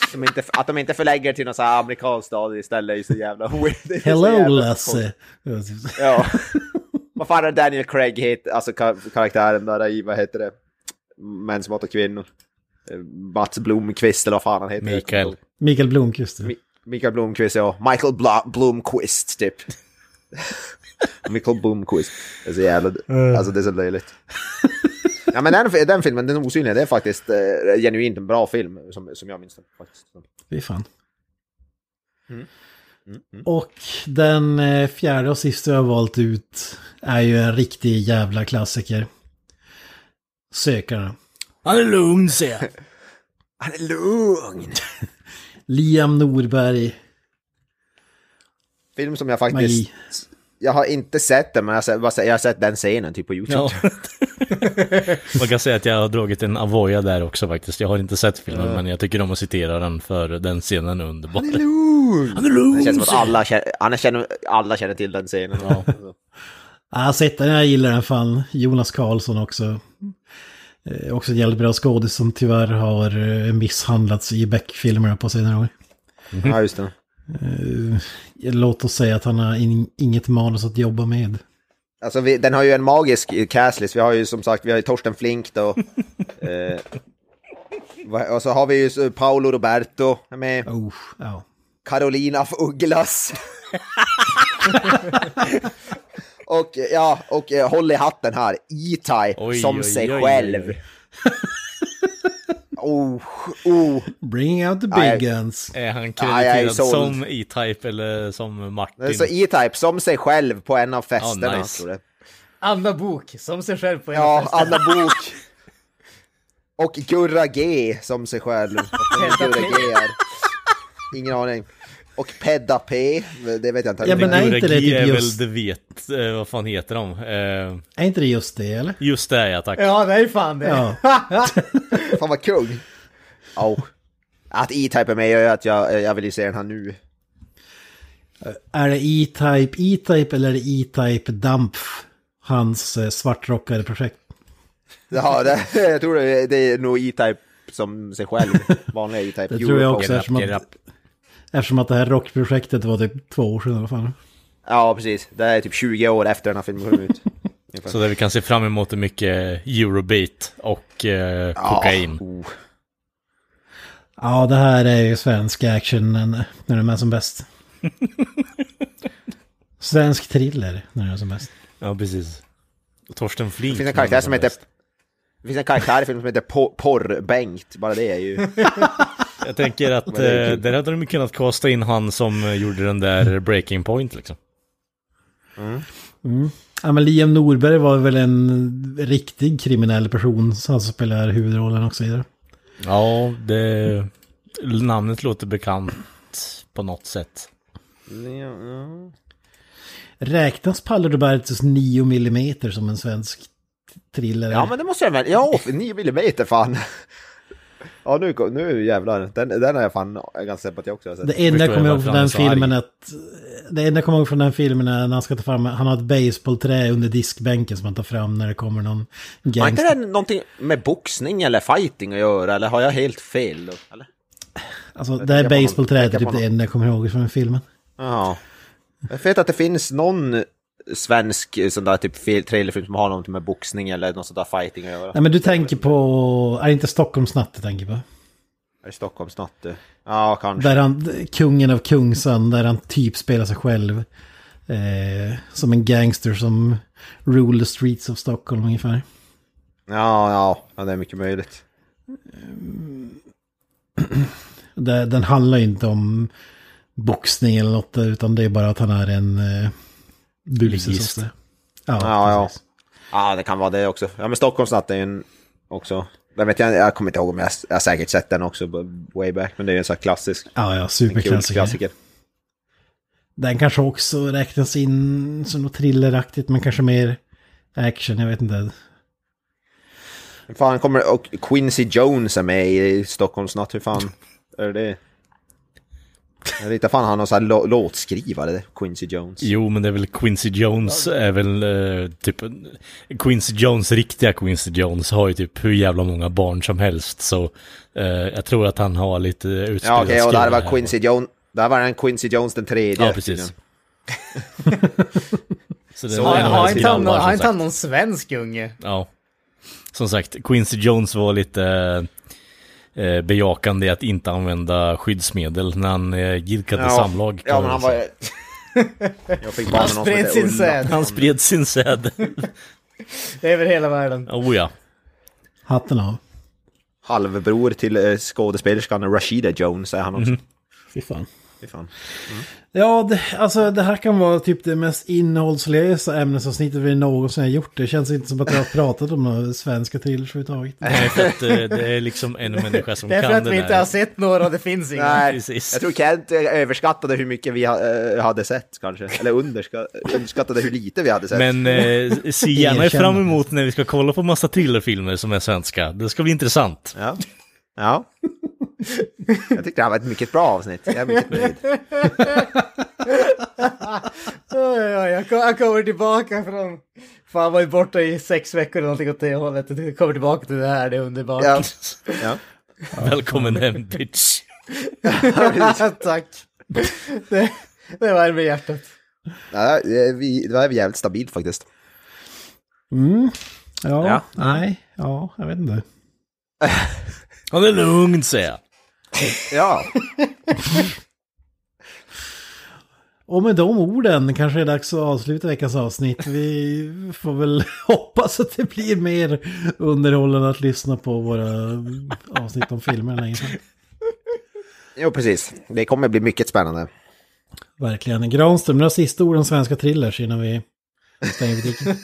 [SPEAKER 2] Att de inte, att de inte förlägger det till någon så här amerikansk stad istället är så jävla weird. Det är så
[SPEAKER 1] Hello
[SPEAKER 2] jävla
[SPEAKER 1] Lasse!
[SPEAKER 2] Ja. Vad fan är Daniel Craig het, alltså ka- karaktären där i, vad heter det? Män som hatar kvinnor. Eh, Mats Blomqvist eller vad fan han heter.
[SPEAKER 3] Mikael.
[SPEAKER 1] Mikael Blomqvist.
[SPEAKER 2] Mi- Mikael Blomqvist, ja. Michael Bla- Blomqvist, typ. Michael Blomqvist. Det är så jävla...
[SPEAKER 3] Eh.
[SPEAKER 2] Alltså det är så löjligt. ja men den, den filmen, den osynliga, det är faktiskt eh, genuint en bra film, som, som jag minns den. Faktiskt.
[SPEAKER 1] Fy fan.
[SPEAKER 2] Mm.
[SPEAKER 1] Och den eh, fjärde och sista jag har valt ut är ju en riktig jävla klassiker. Sökarna.
[SPEAKER 3] Han är lugn säger jag.
[SPEAKER 2] Han är lugn!
[SPEAKER 1] Liam Norberg.
[SPEAKER 2] Film som jag faktiskt...
[SPEAKER 1] Magi.
[SPEAKER 2] Jag har inte sett den, men jag har sett, vad säger jag? jag har sett den scenen typ på YouTube.
[SPEAKER 3] Ja. Man kan säga att jag har dragit en avoya där också faktiskt. Jag har inte sett filmen men jag tycker om att citera den för den scenen är underbar. Han är lugn! Han är
[SPEAKER 2] Det
[SPEAKER 3] lugn!
[SPEAKER 2] känns som att alla känner, alla känner, alla känner till den scenen.
[SPEAKER 1] Ja, sett den, jag gillar den fan. Jonas Karlsson också. Eh, också en jävligt bra skådis som tyvärr har eh, misshandlats i Beck-filmerna på senare år.
[SPEAKER 2] Ja, just det.
[SPEAKER 1] Eh, Låt oss säga att han har in, inget manus att jobba med.
[SPEAKER 2] Alltså, vi, den har ju en magisk castlist. Vi har ju som sagt, vi har ju Torsten Flink då. eh, va- och så har vi ju så Paolo Roberto är med.
[SPEAKER 1] Oh, ja.
[SPEAKER 2] Carolina af Ugglas. och ja, och eh, håll i hatten här. E-Type
[SPEAKER 3] Oj,
[SPEAKER 2] som
[SPEAKER 3] oj,
[SPEAKER 2] sig
[SPEAKER 3] oj, oj.
[SPEAKER 2] själv. oh, oh.
[SPEAKER 1] Bring out the big
[SPEAKER 2] Nej.
[SPEAKER 1] guns.
[SPEAKER 3] Är han
[SPEAKER 2] Ja, jag är
[SPEAKER 3] krediterad
[SPEAKER 2] såld.
[SPEAKER 3] som E-Type eller som
[SPEAKER 2] Det är
[SPEAKER 3] Martin?
[SPEAKER 2] så E-Type som sig själv på en av festerna.
[SPEAKER 3] nice.
[SPEAKER 2] tror jag.
[SPEAKER 4] Anna Bok som sig själv på en av
[SPEAKER 2] Ja,
[SPEAKER 4] festerna.
[SPEAKER 2] Anna Bok Och Gurra G som sig själv. Och vem Gurra G är. Ingen aning. Och Pedda P, det vet jag inte.
[SPEAKER 1] Ja, men nej. är inte det
[SPEAKER 3] Guragi
[SPEAKER 1] typ
[SPEAKER 3] är
[SPEAKER 1] just-
[SPEAKER 3] väl det vet, eh, vad fan heter de? Eh,
[SPEAKER 1] Är inte det just det eller?
[SPEAKER 3] just det ja tack.
[SPEAKER 4] Ja, det är fan det.
[SPEAKER 1] Ja.
[SPEAKER 2] Fan vad kung. Au. Att E-Type är med gör ju att jag, jag vill ju se den här nu.
[SPEAKER 1] Är det E-Type, E-Type eller är det E-Type Dampf? Hans eh, svartrockade projekt.
[SPEAKER 2] Ja, det, jag tror det, det är nog E-Type som sig själv. Vanliga E-Type.
[SPEAKER 1] Det tror jag
[SPEAKER 2] Europe.
[SPEAKER 1] också eftersom
[SPEAKER 3] get
[SPEAKER 1] att, eftersom att det här rockprojektet var typ två år sedan i alla fall.
[SPEAKER 2] Ja, precis. Det är typ 20 år efter den här filmen kom ut.
[SPEAKER 3] Så där vi kan se fram emot är mycket Eurobeat och eh, kokain.
[SPEAKER 2] Ja, oh.
[SPEAKER 1] Ja, det här är ju svensk action när när de är som bäst. svensk thriller när de är som bäst.
[SPEAKER 3] Ja, precis. Och Torsten Flink.
[SPEAKER 2] Det finns en karaktär som heter... Det finns en karaktär i filmen som heter Por- Porr-Bengt. Bara det är ju...
[SPEAKER 3] Jag tänker att eh, där hade de ju kunnat kasta in han som eh, gjorde den där Breaking Point liksom.
[SPEAKER 1] Ja, men Liam Norberg var väl en riktig kriminell person som alltså spelar huvudrollen och så vidare.
[SPEAKER 3] Ja, det... Namnet låter bekant på något sätt.
[SPEAKER 1] Räknas Palle Robertus 9 millimeter som en svensk thriller?
[SPEAKER 2] Ja men det måste jag väl. Ja, 9 millimeter fan. Ja, nu, kom- nu jävlar. Den, den har jag fan jag är ganska säker på att jag också har sett.
[SPEAKER 1] Det enda jag
[SPEAKER 3] Förstår
[SPEAKER 1] kommer
[SPEAKER 3] jag
[SPEAKER 1] ihåg från
[SPEAKER 3] varför han
[SPEAKER 1] den
[SPEAKER 3] är så arg.
[SPEAKER 1] filmen är att... Det enda jag kommer ihåg från den filmen är när han ska ta fram... Han har ett baseballträ under diskbänken som han tar fram när det kommer någon
[SPEAKER 2] Har inte
[SPEAKER 1] gangster.
[SPEAKER 2] det någonting med boxning eller fighting att göra, eller har jag helt fel? Eller?
[SPEAKER 1] Alltså det här
[SPEAKER 2] Jag tänker på
[SPEAKER 1] baseballträet är
[SPEAKER 2] någon-
[SPEAKER 1] typ det enda jag kommer ihåg från den filmen.
[SPEAKER 2] Ja. Jag vet att det finns någon svensk sån där typ fel- trailerfilm som har någonting med boxning eller någon sån där fighting att göra.
[SPEAKER 1] Nej men du tänker på... Är det inte Stockholmsnatt du tänker på?
[SPEAKER 2] Är det Stockholmsnatt du? Ja, kanske.
[SPEAKER 1] Där han, kungen av Kungsan, där han typ spelar sig själv. Eh, som en gangster som rule the streets of Stockholm ungefär.
[SPEAKER 2] Ja, ja, ja, det är mycket möjligt.
[SPEAKER 1] Det, den handlar ju inte om boxning eller något utan det är bara att han är en eh, buse.
[SPEAKER 3] Ligist.
[SPEAKER 1] så att säga. Ja,
[SPEAKER 2] Ja, ja.
[SPEAKER 1] precis.
[SPEAKER 2] Ja, det kan vara det också. Ja, men Stockholmsnatt är ju en också. Jag, vet, jag, jag kommer inte ihåg om jag, jag har säkert sett den också, b- way back, men det är ju en sån här klassisk.
[SPEAKER 1] ja, ja
[SPEAKER 2] En kul
[SPEAKER 1] superklassiker.
[SPEAKER 2] klassiker.
[SPEAKER 1] Den kanske också räknas in som något thrilleraktigt men kanske mer action, jag vet inte.
[SPEAKER 2] Hur fan kommer, och Quincy Jones är med i Stockholmsnatt, hur fan är det? Jag vet inte, fan han har så här lå- låtskrivare, Quincy Jones.
[SPEAKER 3] Jo, men det är väl Quincy Jones är väl eh, typ... Quincy Jones, riktiga Quincy Jones, har ju typ hur jävla många barn som helst. Så eh, jag tror att han har lite utspelat
[SPEAKER 2] Ja, okej, och det här
[SPEAKER 3] skill
[SPEAKER 2] var Quincy Jones, det här var en Quincy Jones den tredje.
[SPEAKER 3] Ja, precis. så det
[SPEAKER 2] Så
[SPEAKER 3] var
[SPEAKER 4] Har,
[SPEAKER 3] en av
[SPEAKER 4] har,
[SPEAKER 3] hans
[SPEAKER 4] inte han,
[SPEAKER 3] grabbar, som
[SPEAKER 4] har inte han
[SPEAKER 3] sagt.
[SPEAKER 4] någon svensk unge?
[SPEAKER 3] Ja. Som sagt, Quincy Jones var lite eh, bejakande i att inte använda skyddsmedel när han eh, gidkade samlag.
[SPEAKER 2] Ja, men han var... Jag fick bara
[SPEAKER 4] Han
[SPEAKER 2] någon som hette
[SPEAKER 4] spred sin
[SPEAKER 2] Ulla.
[SPEAKER 4] säd
[SPEAKER 3] Han spred sin säd.
[SPEAKER 4] över hela världen.
[SPEAKER 3] oh ja.
[SPEAKER 1] Hatten av.
[SPEAKER 2] Halvbror till eh, skådespelerskan Rashida Jones är han också.
[SPEAKER 1] Fy fan.
[SPEAKER 2] Fy fan.
[SPEAKER 1] Ja, det, alltså det här kan vara typ det mest innehållslösa ämnesavsnittet vi någonsin har gjort. Det känns inte som att vi har pratat om några svenska thrillers överhuvudtaget.
[SPEAKER 3] Nej, för att eh, det är liksom en människa som
[SPEAKER 4] Det är
[SPEAKER 3] kan
[SPEAKER 4] för att
[SPEAKER 3] den
[SPEAKER 4] vi inte
[SPEAKER 3] här.
[SPEAKER 4] har sett några och det finns inga.
[SPEAKER 2] Nej,
[SPEAKER 3] precis.
[SPEAKER 2] jag tror Kent eh, överskattade hur mycket vi ha- eh, hade sett kanske. Eller underska, underskattade hur lite vi hade sett.
[SPEAKER 3] Men eh, se gärna
[SPEAKER 1] Erkänn.
[SPEAKER 3] fram emot när vi ska kolla på massa thrillerfilmer som är svenska. Det ska bli intressant.
[SPEAKER 2] Ja. ja. Jag tyckte det här var ett mycket bra avsnitt. Jag är mycket nöjd.
[SPEAKER 4] Oj, oj, oj, jag, kom, jag kommer tillbaka från... Fan, jag var ju borta i sex veckor eller någonting åt det hållet. Jag kommer tillbaka till det här, det är underbart.
[SPEAKER 2] Ja. Ja.
[SPEAKER 3] Välkommen hem, bitch.
[SPEAKER 4] Tack! Det, det var med hjärtat.
[SPEAKER 2] Ja, det är vi- det var jävligt stabilt faktiskt.
[SPEAKER 1] Mm. Ja,
[SPEAKER 2] Ja.
[SPEAKER 1] nej, ja, jag vet inte.
[SPEAKER 3] Han är lugn, säger jag.
[SPEAKER 2] Ja,
[SPEAKER 1] Och med de orden kanske det är dags att avsluta veckans avsnitt. Vi får väl hoppas att det blir mer underhållande att lyssna på våra avsnitt om filmer längre fram.
[SPEAKER 2] jo precis. Det kommer bli mycket spännande.
[SPEAKER 1] Verkligen. Granström, några sista ord om svenska thrillers innan vi stänger butiken.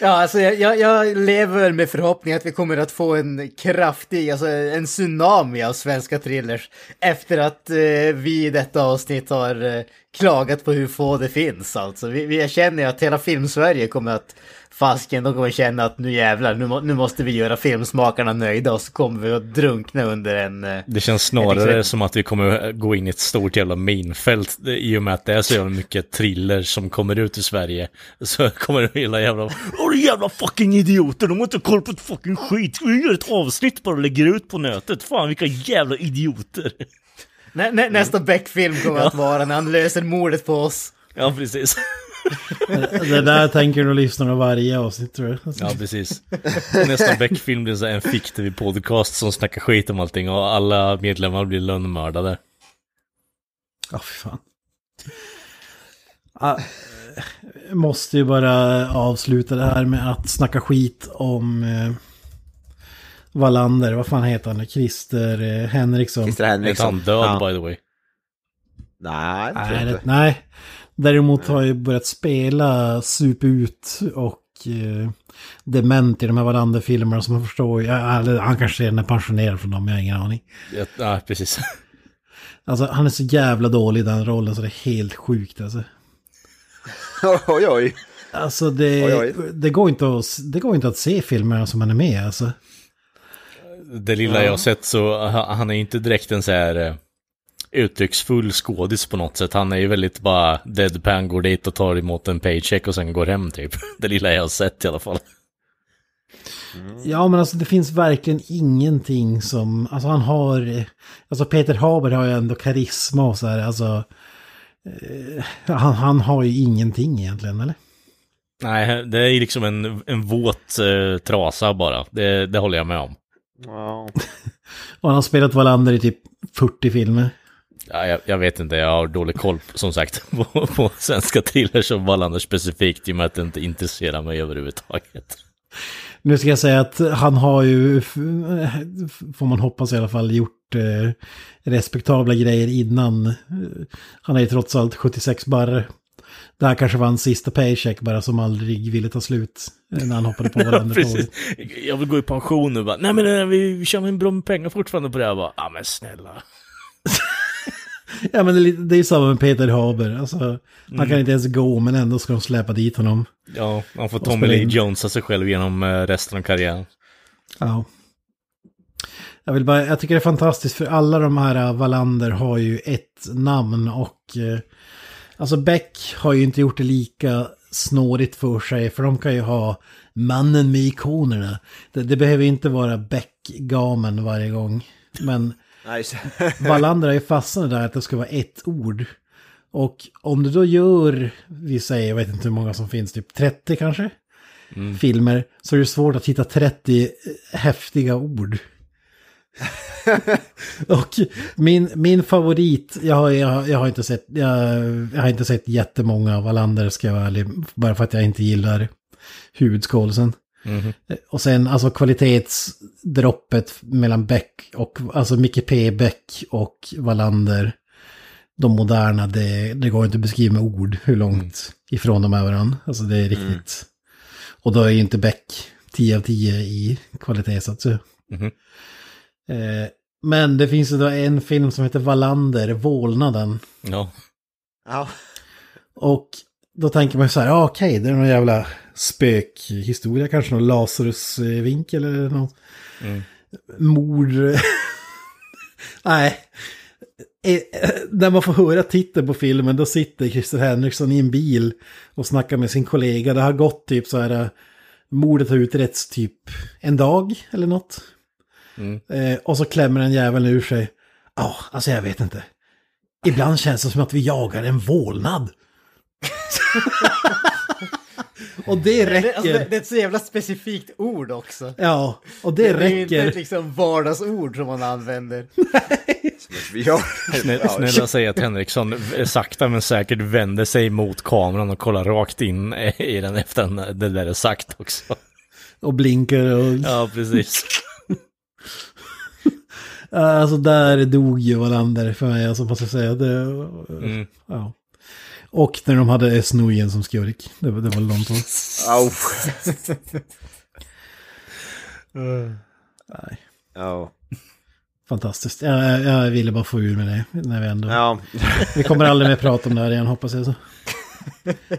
[SPEAKER 4] Ja, alltså jag, jag, jag lever med förhoppning att vi kommer att få en kraftig, alltså en tsunami av svenska thrillers efter att eh, vi i detta avsnitt har eh, klagat på hur få det finns. Alltså, vi, vi jag känner ju att hela filmsverige kommer att fasken, de kommer känna att nu jävlar, nu, må- nu måste vi göra filmsmakarna nöjda och så kommer vi att drunkna under en... Eh,
[SPEAKER 3] Det känns snarare som att vi kommer gå in i ett stort jävla minfält i och med att det är så jävla mycket thriller som kommer ut i Sverige. Så kommer det hela jävla... Åh, de jävla fucking idioter! De har inte koll på ett fucking skit! Vi gör ett avsnitt bara och lägger ut på nätet! Fan, vilka jävla idioter!
[SPEAKER 4] nä, nä, nästa Beck-film kommer att vara när han löser mordet på oss.
[SPEAKER 3] Ja, precis.
[SPEAKER 1] Det där tänker nog lyssnarna varje avsnitt tror jag.
[SPEAKER 3] Ja, precis. Nästa Beck-film blir så här en fiktiv podcast som snackar skit om allting och alla medlemmar blir lönnmördade.
[SPEAKER 1] Ja, fy fan. Ah, eh, måste ju bara avsluta det här med att snacka skit om eh, Wallander, vad fan heter han nu? Christer eh, Henriksson.
[SPEAKER 2] Christer
[SPEAKER 3] Är han
[SPEAKER 2] Henriksson.
[SPEAKER 3] död,
[SPEAKER 2] Ja.
[SPEAKER 3] by the way?
[SPEAKER 2] Nej, det tror
[SPEAKER 1] Nej,
[SPEAKER 2] jag
[SPEAKER 1] det,
[SPEAKER 2] inte.
[SPEAKER 1] nej. Däremot har jag börjat spela Sup ut och eh, Dement i de här Wallander-filmerna som man förstår. ju- ja, eller han kanske redan är pensionerad från dem, jag har ingen aning.
[SPEAKER 3] Ja, ja, precis.
[SPEAKER 1] Alltså han är så jävla dålig i den rollen så det är helt sjukt alltså.
[SPEAKER 2] Oj, oj.
[SPEAKER 1] Alltså det,
[SPEAKER 2] Oj, oj.
[SPEAKER 1] Det, går inte att, det går inte att se filmerna som han är med alltså.
[SPEAKER 3] det lilla jag har sett så han han är ju inte direkt en så här eh, uttrycksfull skådis på något sätt. Han är ju väldigt bara deadpan, går dit och tar emot en paycheck och sen går hem typ. Det lilla jag har sett i alla fall.
[SPEAKER 1] Ja, men alltså det finns verkligen ingenting som... Alltså han har... Alltså Peter Haber har ju ändå karisma och så här, alltså... eh, Han, han har ju ingenting egentligen, eller?
[SPEAKER 3] Nej, det är ju liksom en, en våt eh, trasa bara. Det, det håller jag med om.
[SPEAKER 2] Ja.
[SPEAKER 1] Och han har spelat Wallander i typ 40 filmer.
[SPEAKER 3] Ja, jag, jag vet inte, jag har dålig koll som sagt på, på svenska thrillers och Wallander specifikt i och med att det inte intresserar mig överhuvudtaget.
[SPEAKER 1] Nu ska jag säga att han har ju, f- får man hoppas i alla fall, gjort eh, respektabla grejer innan. Eh, Han är ju trots allt 76 barre. Det här kanske var hans sista paycheck bara som aldrig ville ta slut eh, när han hoppade på varandra.
[SPEAKER 3] Precis. Jag vill gå i pension nu bara. Nej men nej, vi vi tjänar en bra med pengar fortfarande på det här bara. Ja men snälla.
[SPEAKER 1] Ja men det är lite- det är ju samma med Peter Haber. Alltså, Han kan inte ens gå men ändå ska de släpa dit honom.
[SPEAKER 3] Ja, man får
[SPEAKER 1] Och
[SPEAKER 3] Tommy
[SPEAKER 1] spela
[SPEAKER 3] Lee
[SPEAKER 1] in.
[SPEAKER 3] Jonesa sig själv genom eh, resten av karriären.
[SPEAKER 1] Ja. Jag vill bara, jag tycker det är fantastiskt för alla de här äh, Wallander har ju ett namn och eh, alltså Beck har ju inte gjort det lika snårigt för sig för de kan ju ha mannen med ikonerna. Det, det behöver ju inte vara Beck-gamen varje gång. Men
[SPEAKER 2] Nice.
[SPEAKER 1] Wallander har ju fastnat där att det ska vara ett ord. Och om du då gör, vi säger, jag vet inte hur många som finns, typ 30 kanske? Filmer, så är det svårt att hitta 30 häftiga ord. och min, min favorit, jag har, jag, har- jag har inte sett, jag, jag har inte sett jättemånga av Wallander ska jag vara ärlig, bara för att jag inte gillar huvudskådelsen. Och sen alltså kvalitetsdroppet mellan Beck och, alltså Micke P. Beck och Wallander. De moderna, det, det går inte att beskriva med ord hur långt ifrån de är varandra. Alltså det är riktigt. Och då är ju inte Beck 10 av 10 i kvalitet så att säga.
[SPEAKER 3] Mhm.
[SPEAKER 1] Eh, men det finns ju då en film som heter Wallander, Vålnaden.
[SPEAKER 3] Ja.
[SPEAKER 2] Ja.
[SPEAKER 1] Och då tänker man ju så här, ah, okej, det är någon jävla spökhistoria, kanske någon Lazarusvinkel eller något. Mord. Nej. Eh, När man får höra titeln på filmen, då sitter Christer Henriksson i en bil och snackar med sin kollega. Det har gått typ så här, eh, mordet har utretts typ en dag eller något.
[SPEAKER 4] Mm.
[SPEAKER 1] Eh, och så klämmer en jävel ur sig. Ja, alltså jag vet inte. Ibland känns det som att vi jagar en vålnad. och det
[SPEAKER 4] Det, alltså, det,
[SPEAKER 1] räcker.
[SPEAKER 4] det är ett så jävla specifikt ord också.
[SPEAKER 1] Ja, och det
[SPEAKER 4] Det är ju inte ett
[SPEAKER 1] räcker.
[SPEAKER 4] liksom vardagsord som man använder.
[SPEAKER 2] Vi gör...
[SPEAKER 3] Snälla,
[SPEAKER 2] Ja,
[SPEAKER 3] snälla säg att Henriksson eh, sakta men säkert vänder sig mot kameran och kollar rakt in eh, i den efter den- det där är sagt också.
[SPEAKER 1] Och blinkar och...
[SPEAKER 3] Ja, precis.
[SPEAKER 1] Alltså där dog ju Wallander för mig, alltså måste jag säga. Det,
[SPEAKER 2] Mm.
[SPEAKER 1] ja. Och när de hade S. Nguyen som skurk. Det, var- det var de två.
[SPEAKER 2] Au. Ja.
[SPEAKER 1] Fantastiskt. Jag, jag ville bara få ur med det när vi ändå...
[SPEAKER 2] Ja.
[SPEAKER 1] Vi kommer aldrig mer prata om det här igen hoppas jag. Så.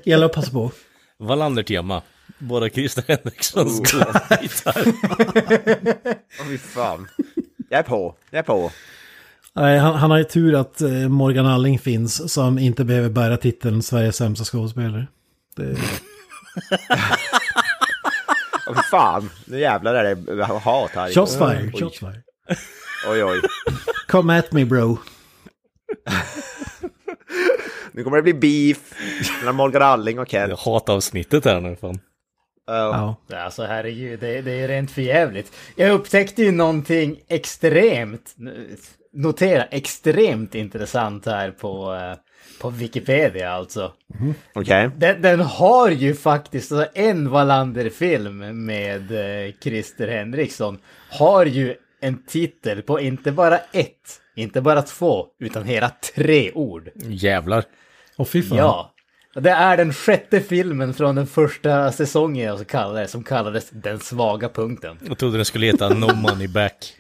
[SPEAKER 1] Gäller att passa på.
[SPEAKER 3] Wallander-tema. Bara Christer
[SPEAKER 1] Oh.
[SPEAKER 3] Henrikssons bitar.
[SPEAKER 2] Åh, Fy fan. Jag är på. Jag är på.
[SPEAKER 1] Nej, han, han har ju tur att eh, Morgan Alling finns som inte behöver bära titeln Sveriges sämsta skådespelare. Det,
[SPEAKER 2] Åh, Fy fan. Nu jävlar är det hat här.
[SPEAKER 1] shots fired,
[SPEAKER 2] Oj.
[SPEAKER 1] shots fired.
[SPEAKER 2] Oj, oj.
[SPEAKER 1] Come at me bro.
[SPEAKER 2] Nu kommer det bli beef mellan Morgan Alling och Kent.
[SPEAKER 3] Jag hatar avsnittet här nu fan.
[SPEAKER 2] Ja.
[SPEAKER 1] Ja.
[SPEAKER 4] Alltså herregud, det, det är rent förjävligt. Jag upptäckte ju någonting extremt, notera, extremt intressant här på, eh, på Wikipedia alltså.
[SPEAKER 2] Okej.
[SPEAKER 4] Den, den har ju faktiskt, alltså en Wallander-film med eh, Christer Henriksson har ju en titel på inte bara ett, inte bara två, utan hela tre ord.
[SPEAKER 3] Jävlar.
[SPEAKER 1] Och fy fan.
[SPEAKER 4] Ja. Och Det är den sjätte filmen från den första säsongen jag så kallar det, som kallades Den svaga punkten.
[SPEAKER 3] Jag trodde den skulle heta No Money Back.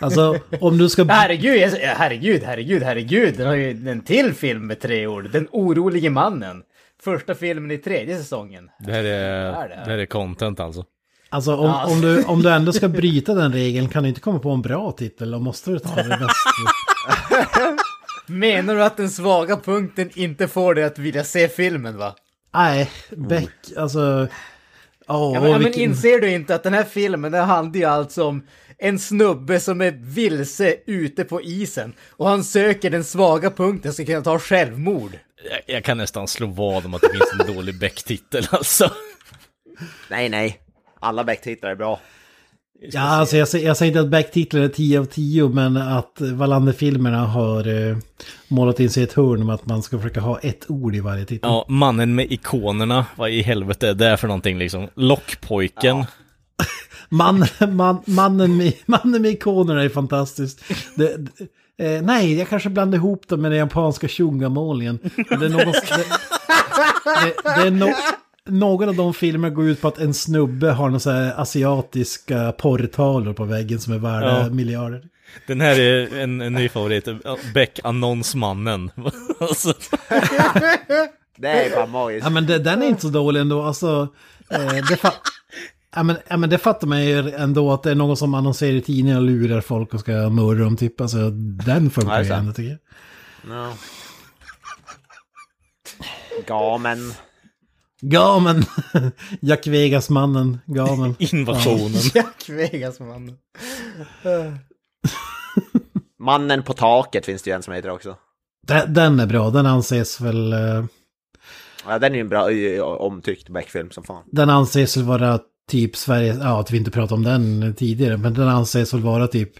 [SPEAKER 1] Alltså om du ska...
[SPEAKER 4] Herregud, jag- herregud, herregud, herregud. Den har ju en till film med tre ord. Den orolige mannen. Första filmen i tredje säsongen.
[SPEAKER 3] Det här är,
[SPEAKER 4] Vad är det
[SPEAKER 3] det
[SPEAKER 4] här?
[SPEAKER 3] här är content alltså.
[SPEAKER 1] Alltså om,
[SPEAKER 4] Ja.
[SPEAKER 1] om, du, om du ändå ska bryta den regeln kan du inte komma på en bra titel, då måste du ta det bästa.
[SPEAKER 4] Menar du att den svaga punkten inte får dig att vilja se filmen va?
[SPEAKER 1] Nej, Beck, alltså... Åh,
[SPEAKER 4] Mm. Ja, men, ja, men
[SPEAKER 1] vilken...
[SPEAKER 4] inser du inte att den här filmen, den handlar ju alltså om en snubbe som är vilse ute på isen och han söker den svaga punkten som kan ta självmord.
[SPEAKER 3] Jag, jag kan nästan slå vad om att det finns en dålig Beck-titel alltså.
[SPEAKER 2] Nej, nej. Alla Beck-titlar är bra.
[SPEAKER 1] Ja, alltså jag, säger- jag säger inte att Beck-titlar är 10 av 10, men att Wallander-filmerna har eh, målat in sig i ett hörn om att man ska försöka ha ett ord i varje titel.
[SPEAKER 3] Ja, mannen med ikonerna, vad i helvete är det för någonting liksom? Lockpojken.
[SPEAKER 1] Man, man, mannen, med, mannen med ikonerna är fantastiskt. Det, det- eh, nej, jag kanske blandar ihop dem med den japanska tjongamålningen. Men Det är, någon, det, det, det är no, någon av de filmer går ut på att en snubbe har några så här asiatiska porrtavlor på väggen som är värda
[SPEAKER 3] Ja.
[SPEAKER 1] miljarder.
[SPEAKER 3] Den här är en, en ny favorit, Beck Annonsmannen. alltså,
[SPEAKER 2] Det är fan magiskt.
[SPEAKER 1] Ja men det, den är inte så dålig ändå, alltså. Eh, det fa- Ja men, ja men det fattar man ju ändå att det är någon som annonserar i tidningen och lurar folk och ska mörda dem typ. Alltså den
[SPEAKER 2] Ja, det
[SPEAKER 1] funkar
[SPEAKER 2] är
[SPEAKER 1] ju
[SPEAKER 2] sant.
[SPEAKER 1] ändå tycker jag.
[SPEAKER 2] Ja. Gamen.
[SPEAKER 1] Gamen! Jack Vegas-mannen, Gamen.
[SPEAKER 3] invasionen.
[SPEAKER 4] Jack Vegas man.
[SPEAKER 2] Mannen på taket finns det ju en som heter också.
[SPEAKER 1] Den, den är bra, den anses väl... eh,
[SPEAKER 2] Ja, den är ju en bra, ö, ö, omtyckt Beck-film som fan.
[SPEAKER 1] Den anses väl vara typ Sverige, ja att vi inte pratade om den tidigare, men den anses väl vara typ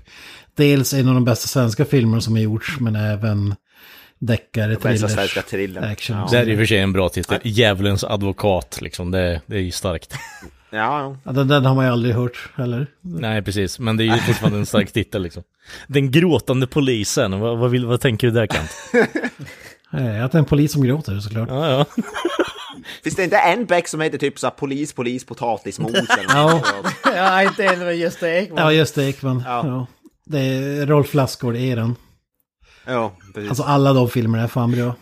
[SPEAKER 1] dels en av de bästa svenska filmerna som har gjorts, men även deckare,
[SPEAKER 2] Bästa
[SPEAKER 1] thrillers,
[SPEAKER 2] svenska thrillern.
[SPEAKER 1] action.
[SPEAKER 2] Ja.
[SPEAKER 3] Det här är i och för sig en bra titel, Djävulens advokat liksom, det, det är ju starkt.
[SPEAKER 2] Ja,
[SPEAKER 1] Ja, den, den har man ju aldrig hört heller.
[SPEAKER 3] Nej precis, men det är ju fortfarande en stark titel liksom. Den gråtande polisen, vad, vad, vill, vad tänker du där Kant?
[SPEAKER 1] Eh, Att det är en polis som gråter såklart.
[SPEAKER 3] Ja, ja.
[SPEAKER 2] Finns det inte en Beck som heter typ så här, polis, polis, potatismos eller
[SPEAKER 1] Ja.
[SPEAKER 2] något?
[SPEAKER 4] ja, inte en med Gösta Ekman.
[SPEAKER 1] Ja, just det, Ekman. Ja.
[SPEAKER 2] Ja.
[SPEAKER 1] Det är Rolf Lassgård-eran.
[SPEAKER 2] Ja, precis.
[SPEAKER 1] Alltså alla de filmerna är fan bra.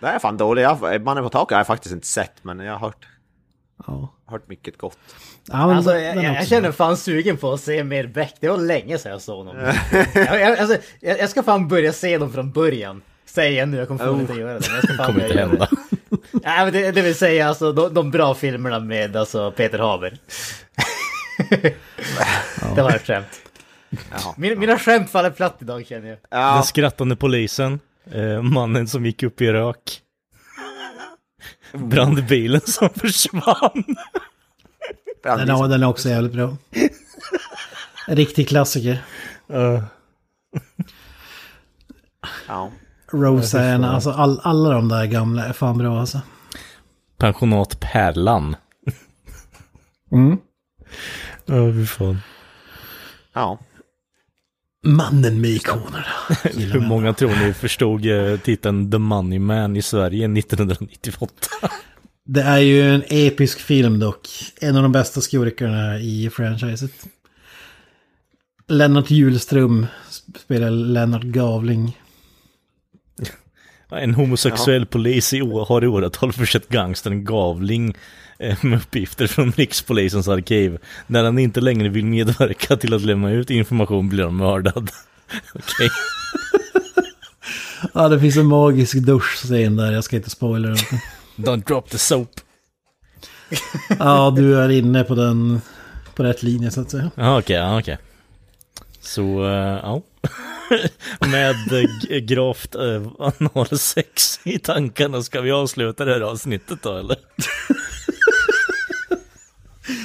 [SPEAKER 2] Det här är fan dåligt. Jag, mannen på taket har jag faktiskt inte sett, men jag har hört,
[SPEAKER 1] Ja.
[SPEAKER 2] hört mycket gott.
[SPEAKER 1] Ja, men
[SPEAKER 4] Alltså,
[SPEAKER 1] den-
[SPEAKER 4] jag,
[SPEAKER 1] den är
[SPEAKER 4] jag,
[SPEAKER 1] också bra.
[SPEAKER 4] jag känner fan sugen på att se mer Beck. Det var länge sedan jag såg honom. jag, jag, alltså, jag, jag ska fan börja se dem från början. Säger jag nu, jag kommer förmodligen inte göra det. Men jag ska fan
[SPEAKER 3] kommer inte
[SPEAKER 4] börja göra det.
[SPEAKER 3] hända.
[SPEAKER 4] Nej, men det, det vill säga alltså de, de bra filmerna med alltså, Peter Haber. det var ett skämt.
[SPEAKER 2] Jaha.
[SPEAKER 4] Mina, mina skämt faller platt idag känner jag.
[SPEAKER 3] Den
[SPEAKER 2] Ja,
[SPEAKER 3] skrattande polisen, eh, mannen som gick upp i rök. Brandbilen som försvann.
[SPEAKER 1] Den, är- den är också jävligt bra. Riktig klassiker.
[SPEAKER 3] Eh,
[SPEAKER 2] ja.
[SPEAKER 1] Roseanne, alltså all, alla de där gamla är fan bra alltså.
[SPEAKER 3] pensionat Pärlan. Ja, fy fan.
[SPEAKER 2] ja.
[SPEAKER 1] Mannen med ikonerna. Gillar
[SPEAKER 3] Hur
[SPEAKER 1] mig.
[SPEAKER 3] många tror ni förstod eh, titeln The Money Man i Sverige 1998?
[SPEAKER 1] Det är ju en episk film dock. En av de bästa skurkarna i franchiset. Lennart Julström sp- spelar Lennart Gavling.
[SPEAKER 3] En homosexuell polis i år, har i åratal försett gangstern Gavling eh, med uppgifter från Rikspolisens arkiv. När han inte längre vill medverka till att lämna ut information blir han mördad. Okej.
[SPEAKER 1] Ja, det finns en magisk duschscen där, jag ska inte spoila den.
[SPEAKER 3] Don't drop the soap.
[SPEAKER 1] Ja, du är inne på den, på rätt linje så att säga.
[SPEAKER 3] Ja, okej, ja, okej. Så, eh, ja. Med eh, g- gravt eh, analsex i tankarna ska vi avsluta det här avsnittet då eller?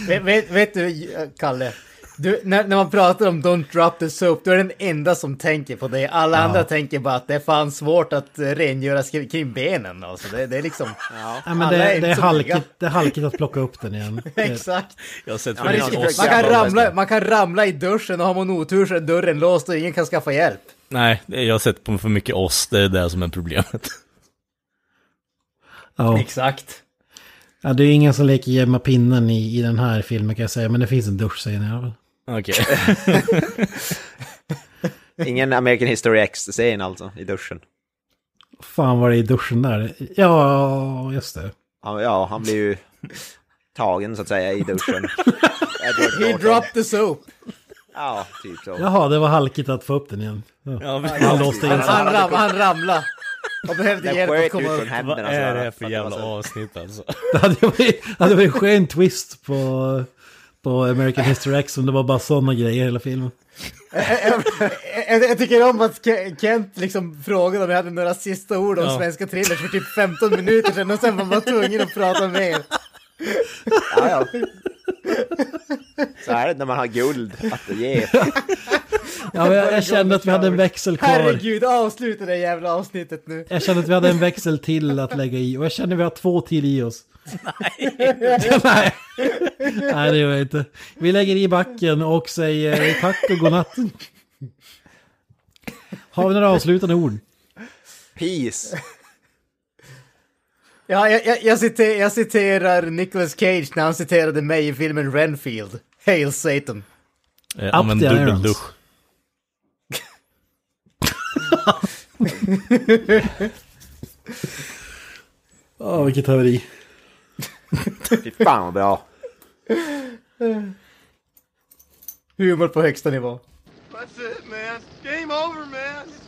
[SPEAKER 4] Vet, vet, vet du, Kalle? Du, när, när man pratar om Don't drop the soap, du är den enda som tänker på det. Alla andra tänker bara att det är fan svårt att eh, rengöra sk- kring benen. Alltså, det, det är liksom...
[SPEAKER 1] Ja, men
[SPEAKER 4] Alla
[SPEAKER 1] det,
[SPEAKER 4] är
[SPEAKER 1] det, är
[SPEAKER 4] så noga.
[SPEAKER 1] halkigt, det är halkigt att plocka upp den igen. Det-
[SPEAKER 4] Exakt.
[SPEAKER 3] Jag har sett
[SPEAKER 2] men
[SPEAKER 4] Man,
[SPEAKER 2] det
[SPEAKER 3] förut
[SPEAKER 2] är
[SPEAKER 3] oss.
[SPEAKER 2] så
[SPEAKER 4] man, kan
[SPEAKER 2] jävla
[SPEAKER 4] ramla,
[SPEAKER 2] bästa.
[SPEAKER 4] man kan ramla i duschen och har man otur så är dörren låst och ingen kan skaffa hjälp.
[SPEAKER 3] Nej, jag har sett på för mycket oss, det är det som är problemet.
[SPEAKER 1] Ja.
[SPEAKER 4] Exakt.
[SPEAKER 1] ja, det är ingen som leker gömma pinnen i, i den här filmen kan jag säga, men det finns en duschscen i alla fall.
[SPEAKER 3] Okej.
[SPEAKER 2] Ingen American History X-scen alltså, i duschen.
[SPEAKER 1] Fan var det i duschen där? Ja, just det.
[SPEAKER 2] Ja, Ja, han blir ju... tagen så att säga i duschen. Edward
[SPEAKER 4] He
[SPEAKER 2] Norton.
[SPEAKER 4] dropped the soap.
[SPEAKER 2] Ja, typ så.
[SPEAKER 1] Jaha, det var halkigt att få upp den igen. Ja.
[SPEAKER 3] Ja, men-
[SPEAKER 1] Han låste in sig.
[SPEAKER 4] Han, ram, han ramlade. Och behövde
[SPEAKER 2] Den
[SPEAKER 4] hjälp
[SPEAKER 2] sköt
[SPEAKER 4] att
[SPEAKER 2] ut
[SPEAKER 4] komma
[SPEAKER 2] från
[SPEAKER 4] upp.
[SPEAKER 2] händerna.
[SPEAKER 3] Vad
[SPEAKER 2] så
[SPEAKER 3] är
[SPEAKER 2] här,
[SPEAKER 3] det här
[SPEAKER 2] att
[SPEAKER 3] för
[SPEAKER 2] var
[SPEAKER 3] jävla
[SPEAKER 2] så-
[SPEAKER 3] avsnitt alltså?
[SPEAKER 1] Det hade ju varit, hade varit en skön twist på, på American History X om det var bara sådana grejer i hela filmen.
[SPEAKER 4] Jag, jag tycker om att Ke- Kent liksom frågade om jag hade några sista ord om
[SPEAKER 3] Ja.
[SPEAKER 4] svenska thrillers för typ 15 minuter sedan och sen var man tvungen att prata mer.
[SPEAKER 2] Ja, ja. Så här är det när man har guld att ge.
[SPEAKER 1] Ja, men jag, jag kände att vi hade en växel kvar.
[SPEAKER 4] Herregud, avsluta det jävla avsnittet nu.
[SPEAKER 1] Jag kände att vi hade en växel till att lägga i och jag kände att vi har två till i oss. Nej. Nej, det gör jag inte. Vi lägger i backen och säger tack och godnatt. Har vi några avslutande ord?
[SPEAKER 2] Peace.
[SPEAKER 4] Ja, jag, jag, jag, citer, jag citerar Nicolas Cage när han citerade mig i filmen Renfield. Hail Satan.
[SPEAKER 3] Eh, Använd
[SPEAKER 1] the irons.
[SPEAKER 3] dubbeldusch.
[SPEAKER 1] Ja, vilket haveri.
[SPEAKER 2] Fy fan vad bra.
[SPEAKER 4] Humor på högsta nivå.
[SPEAKER 5] That's it, man. Game over, man.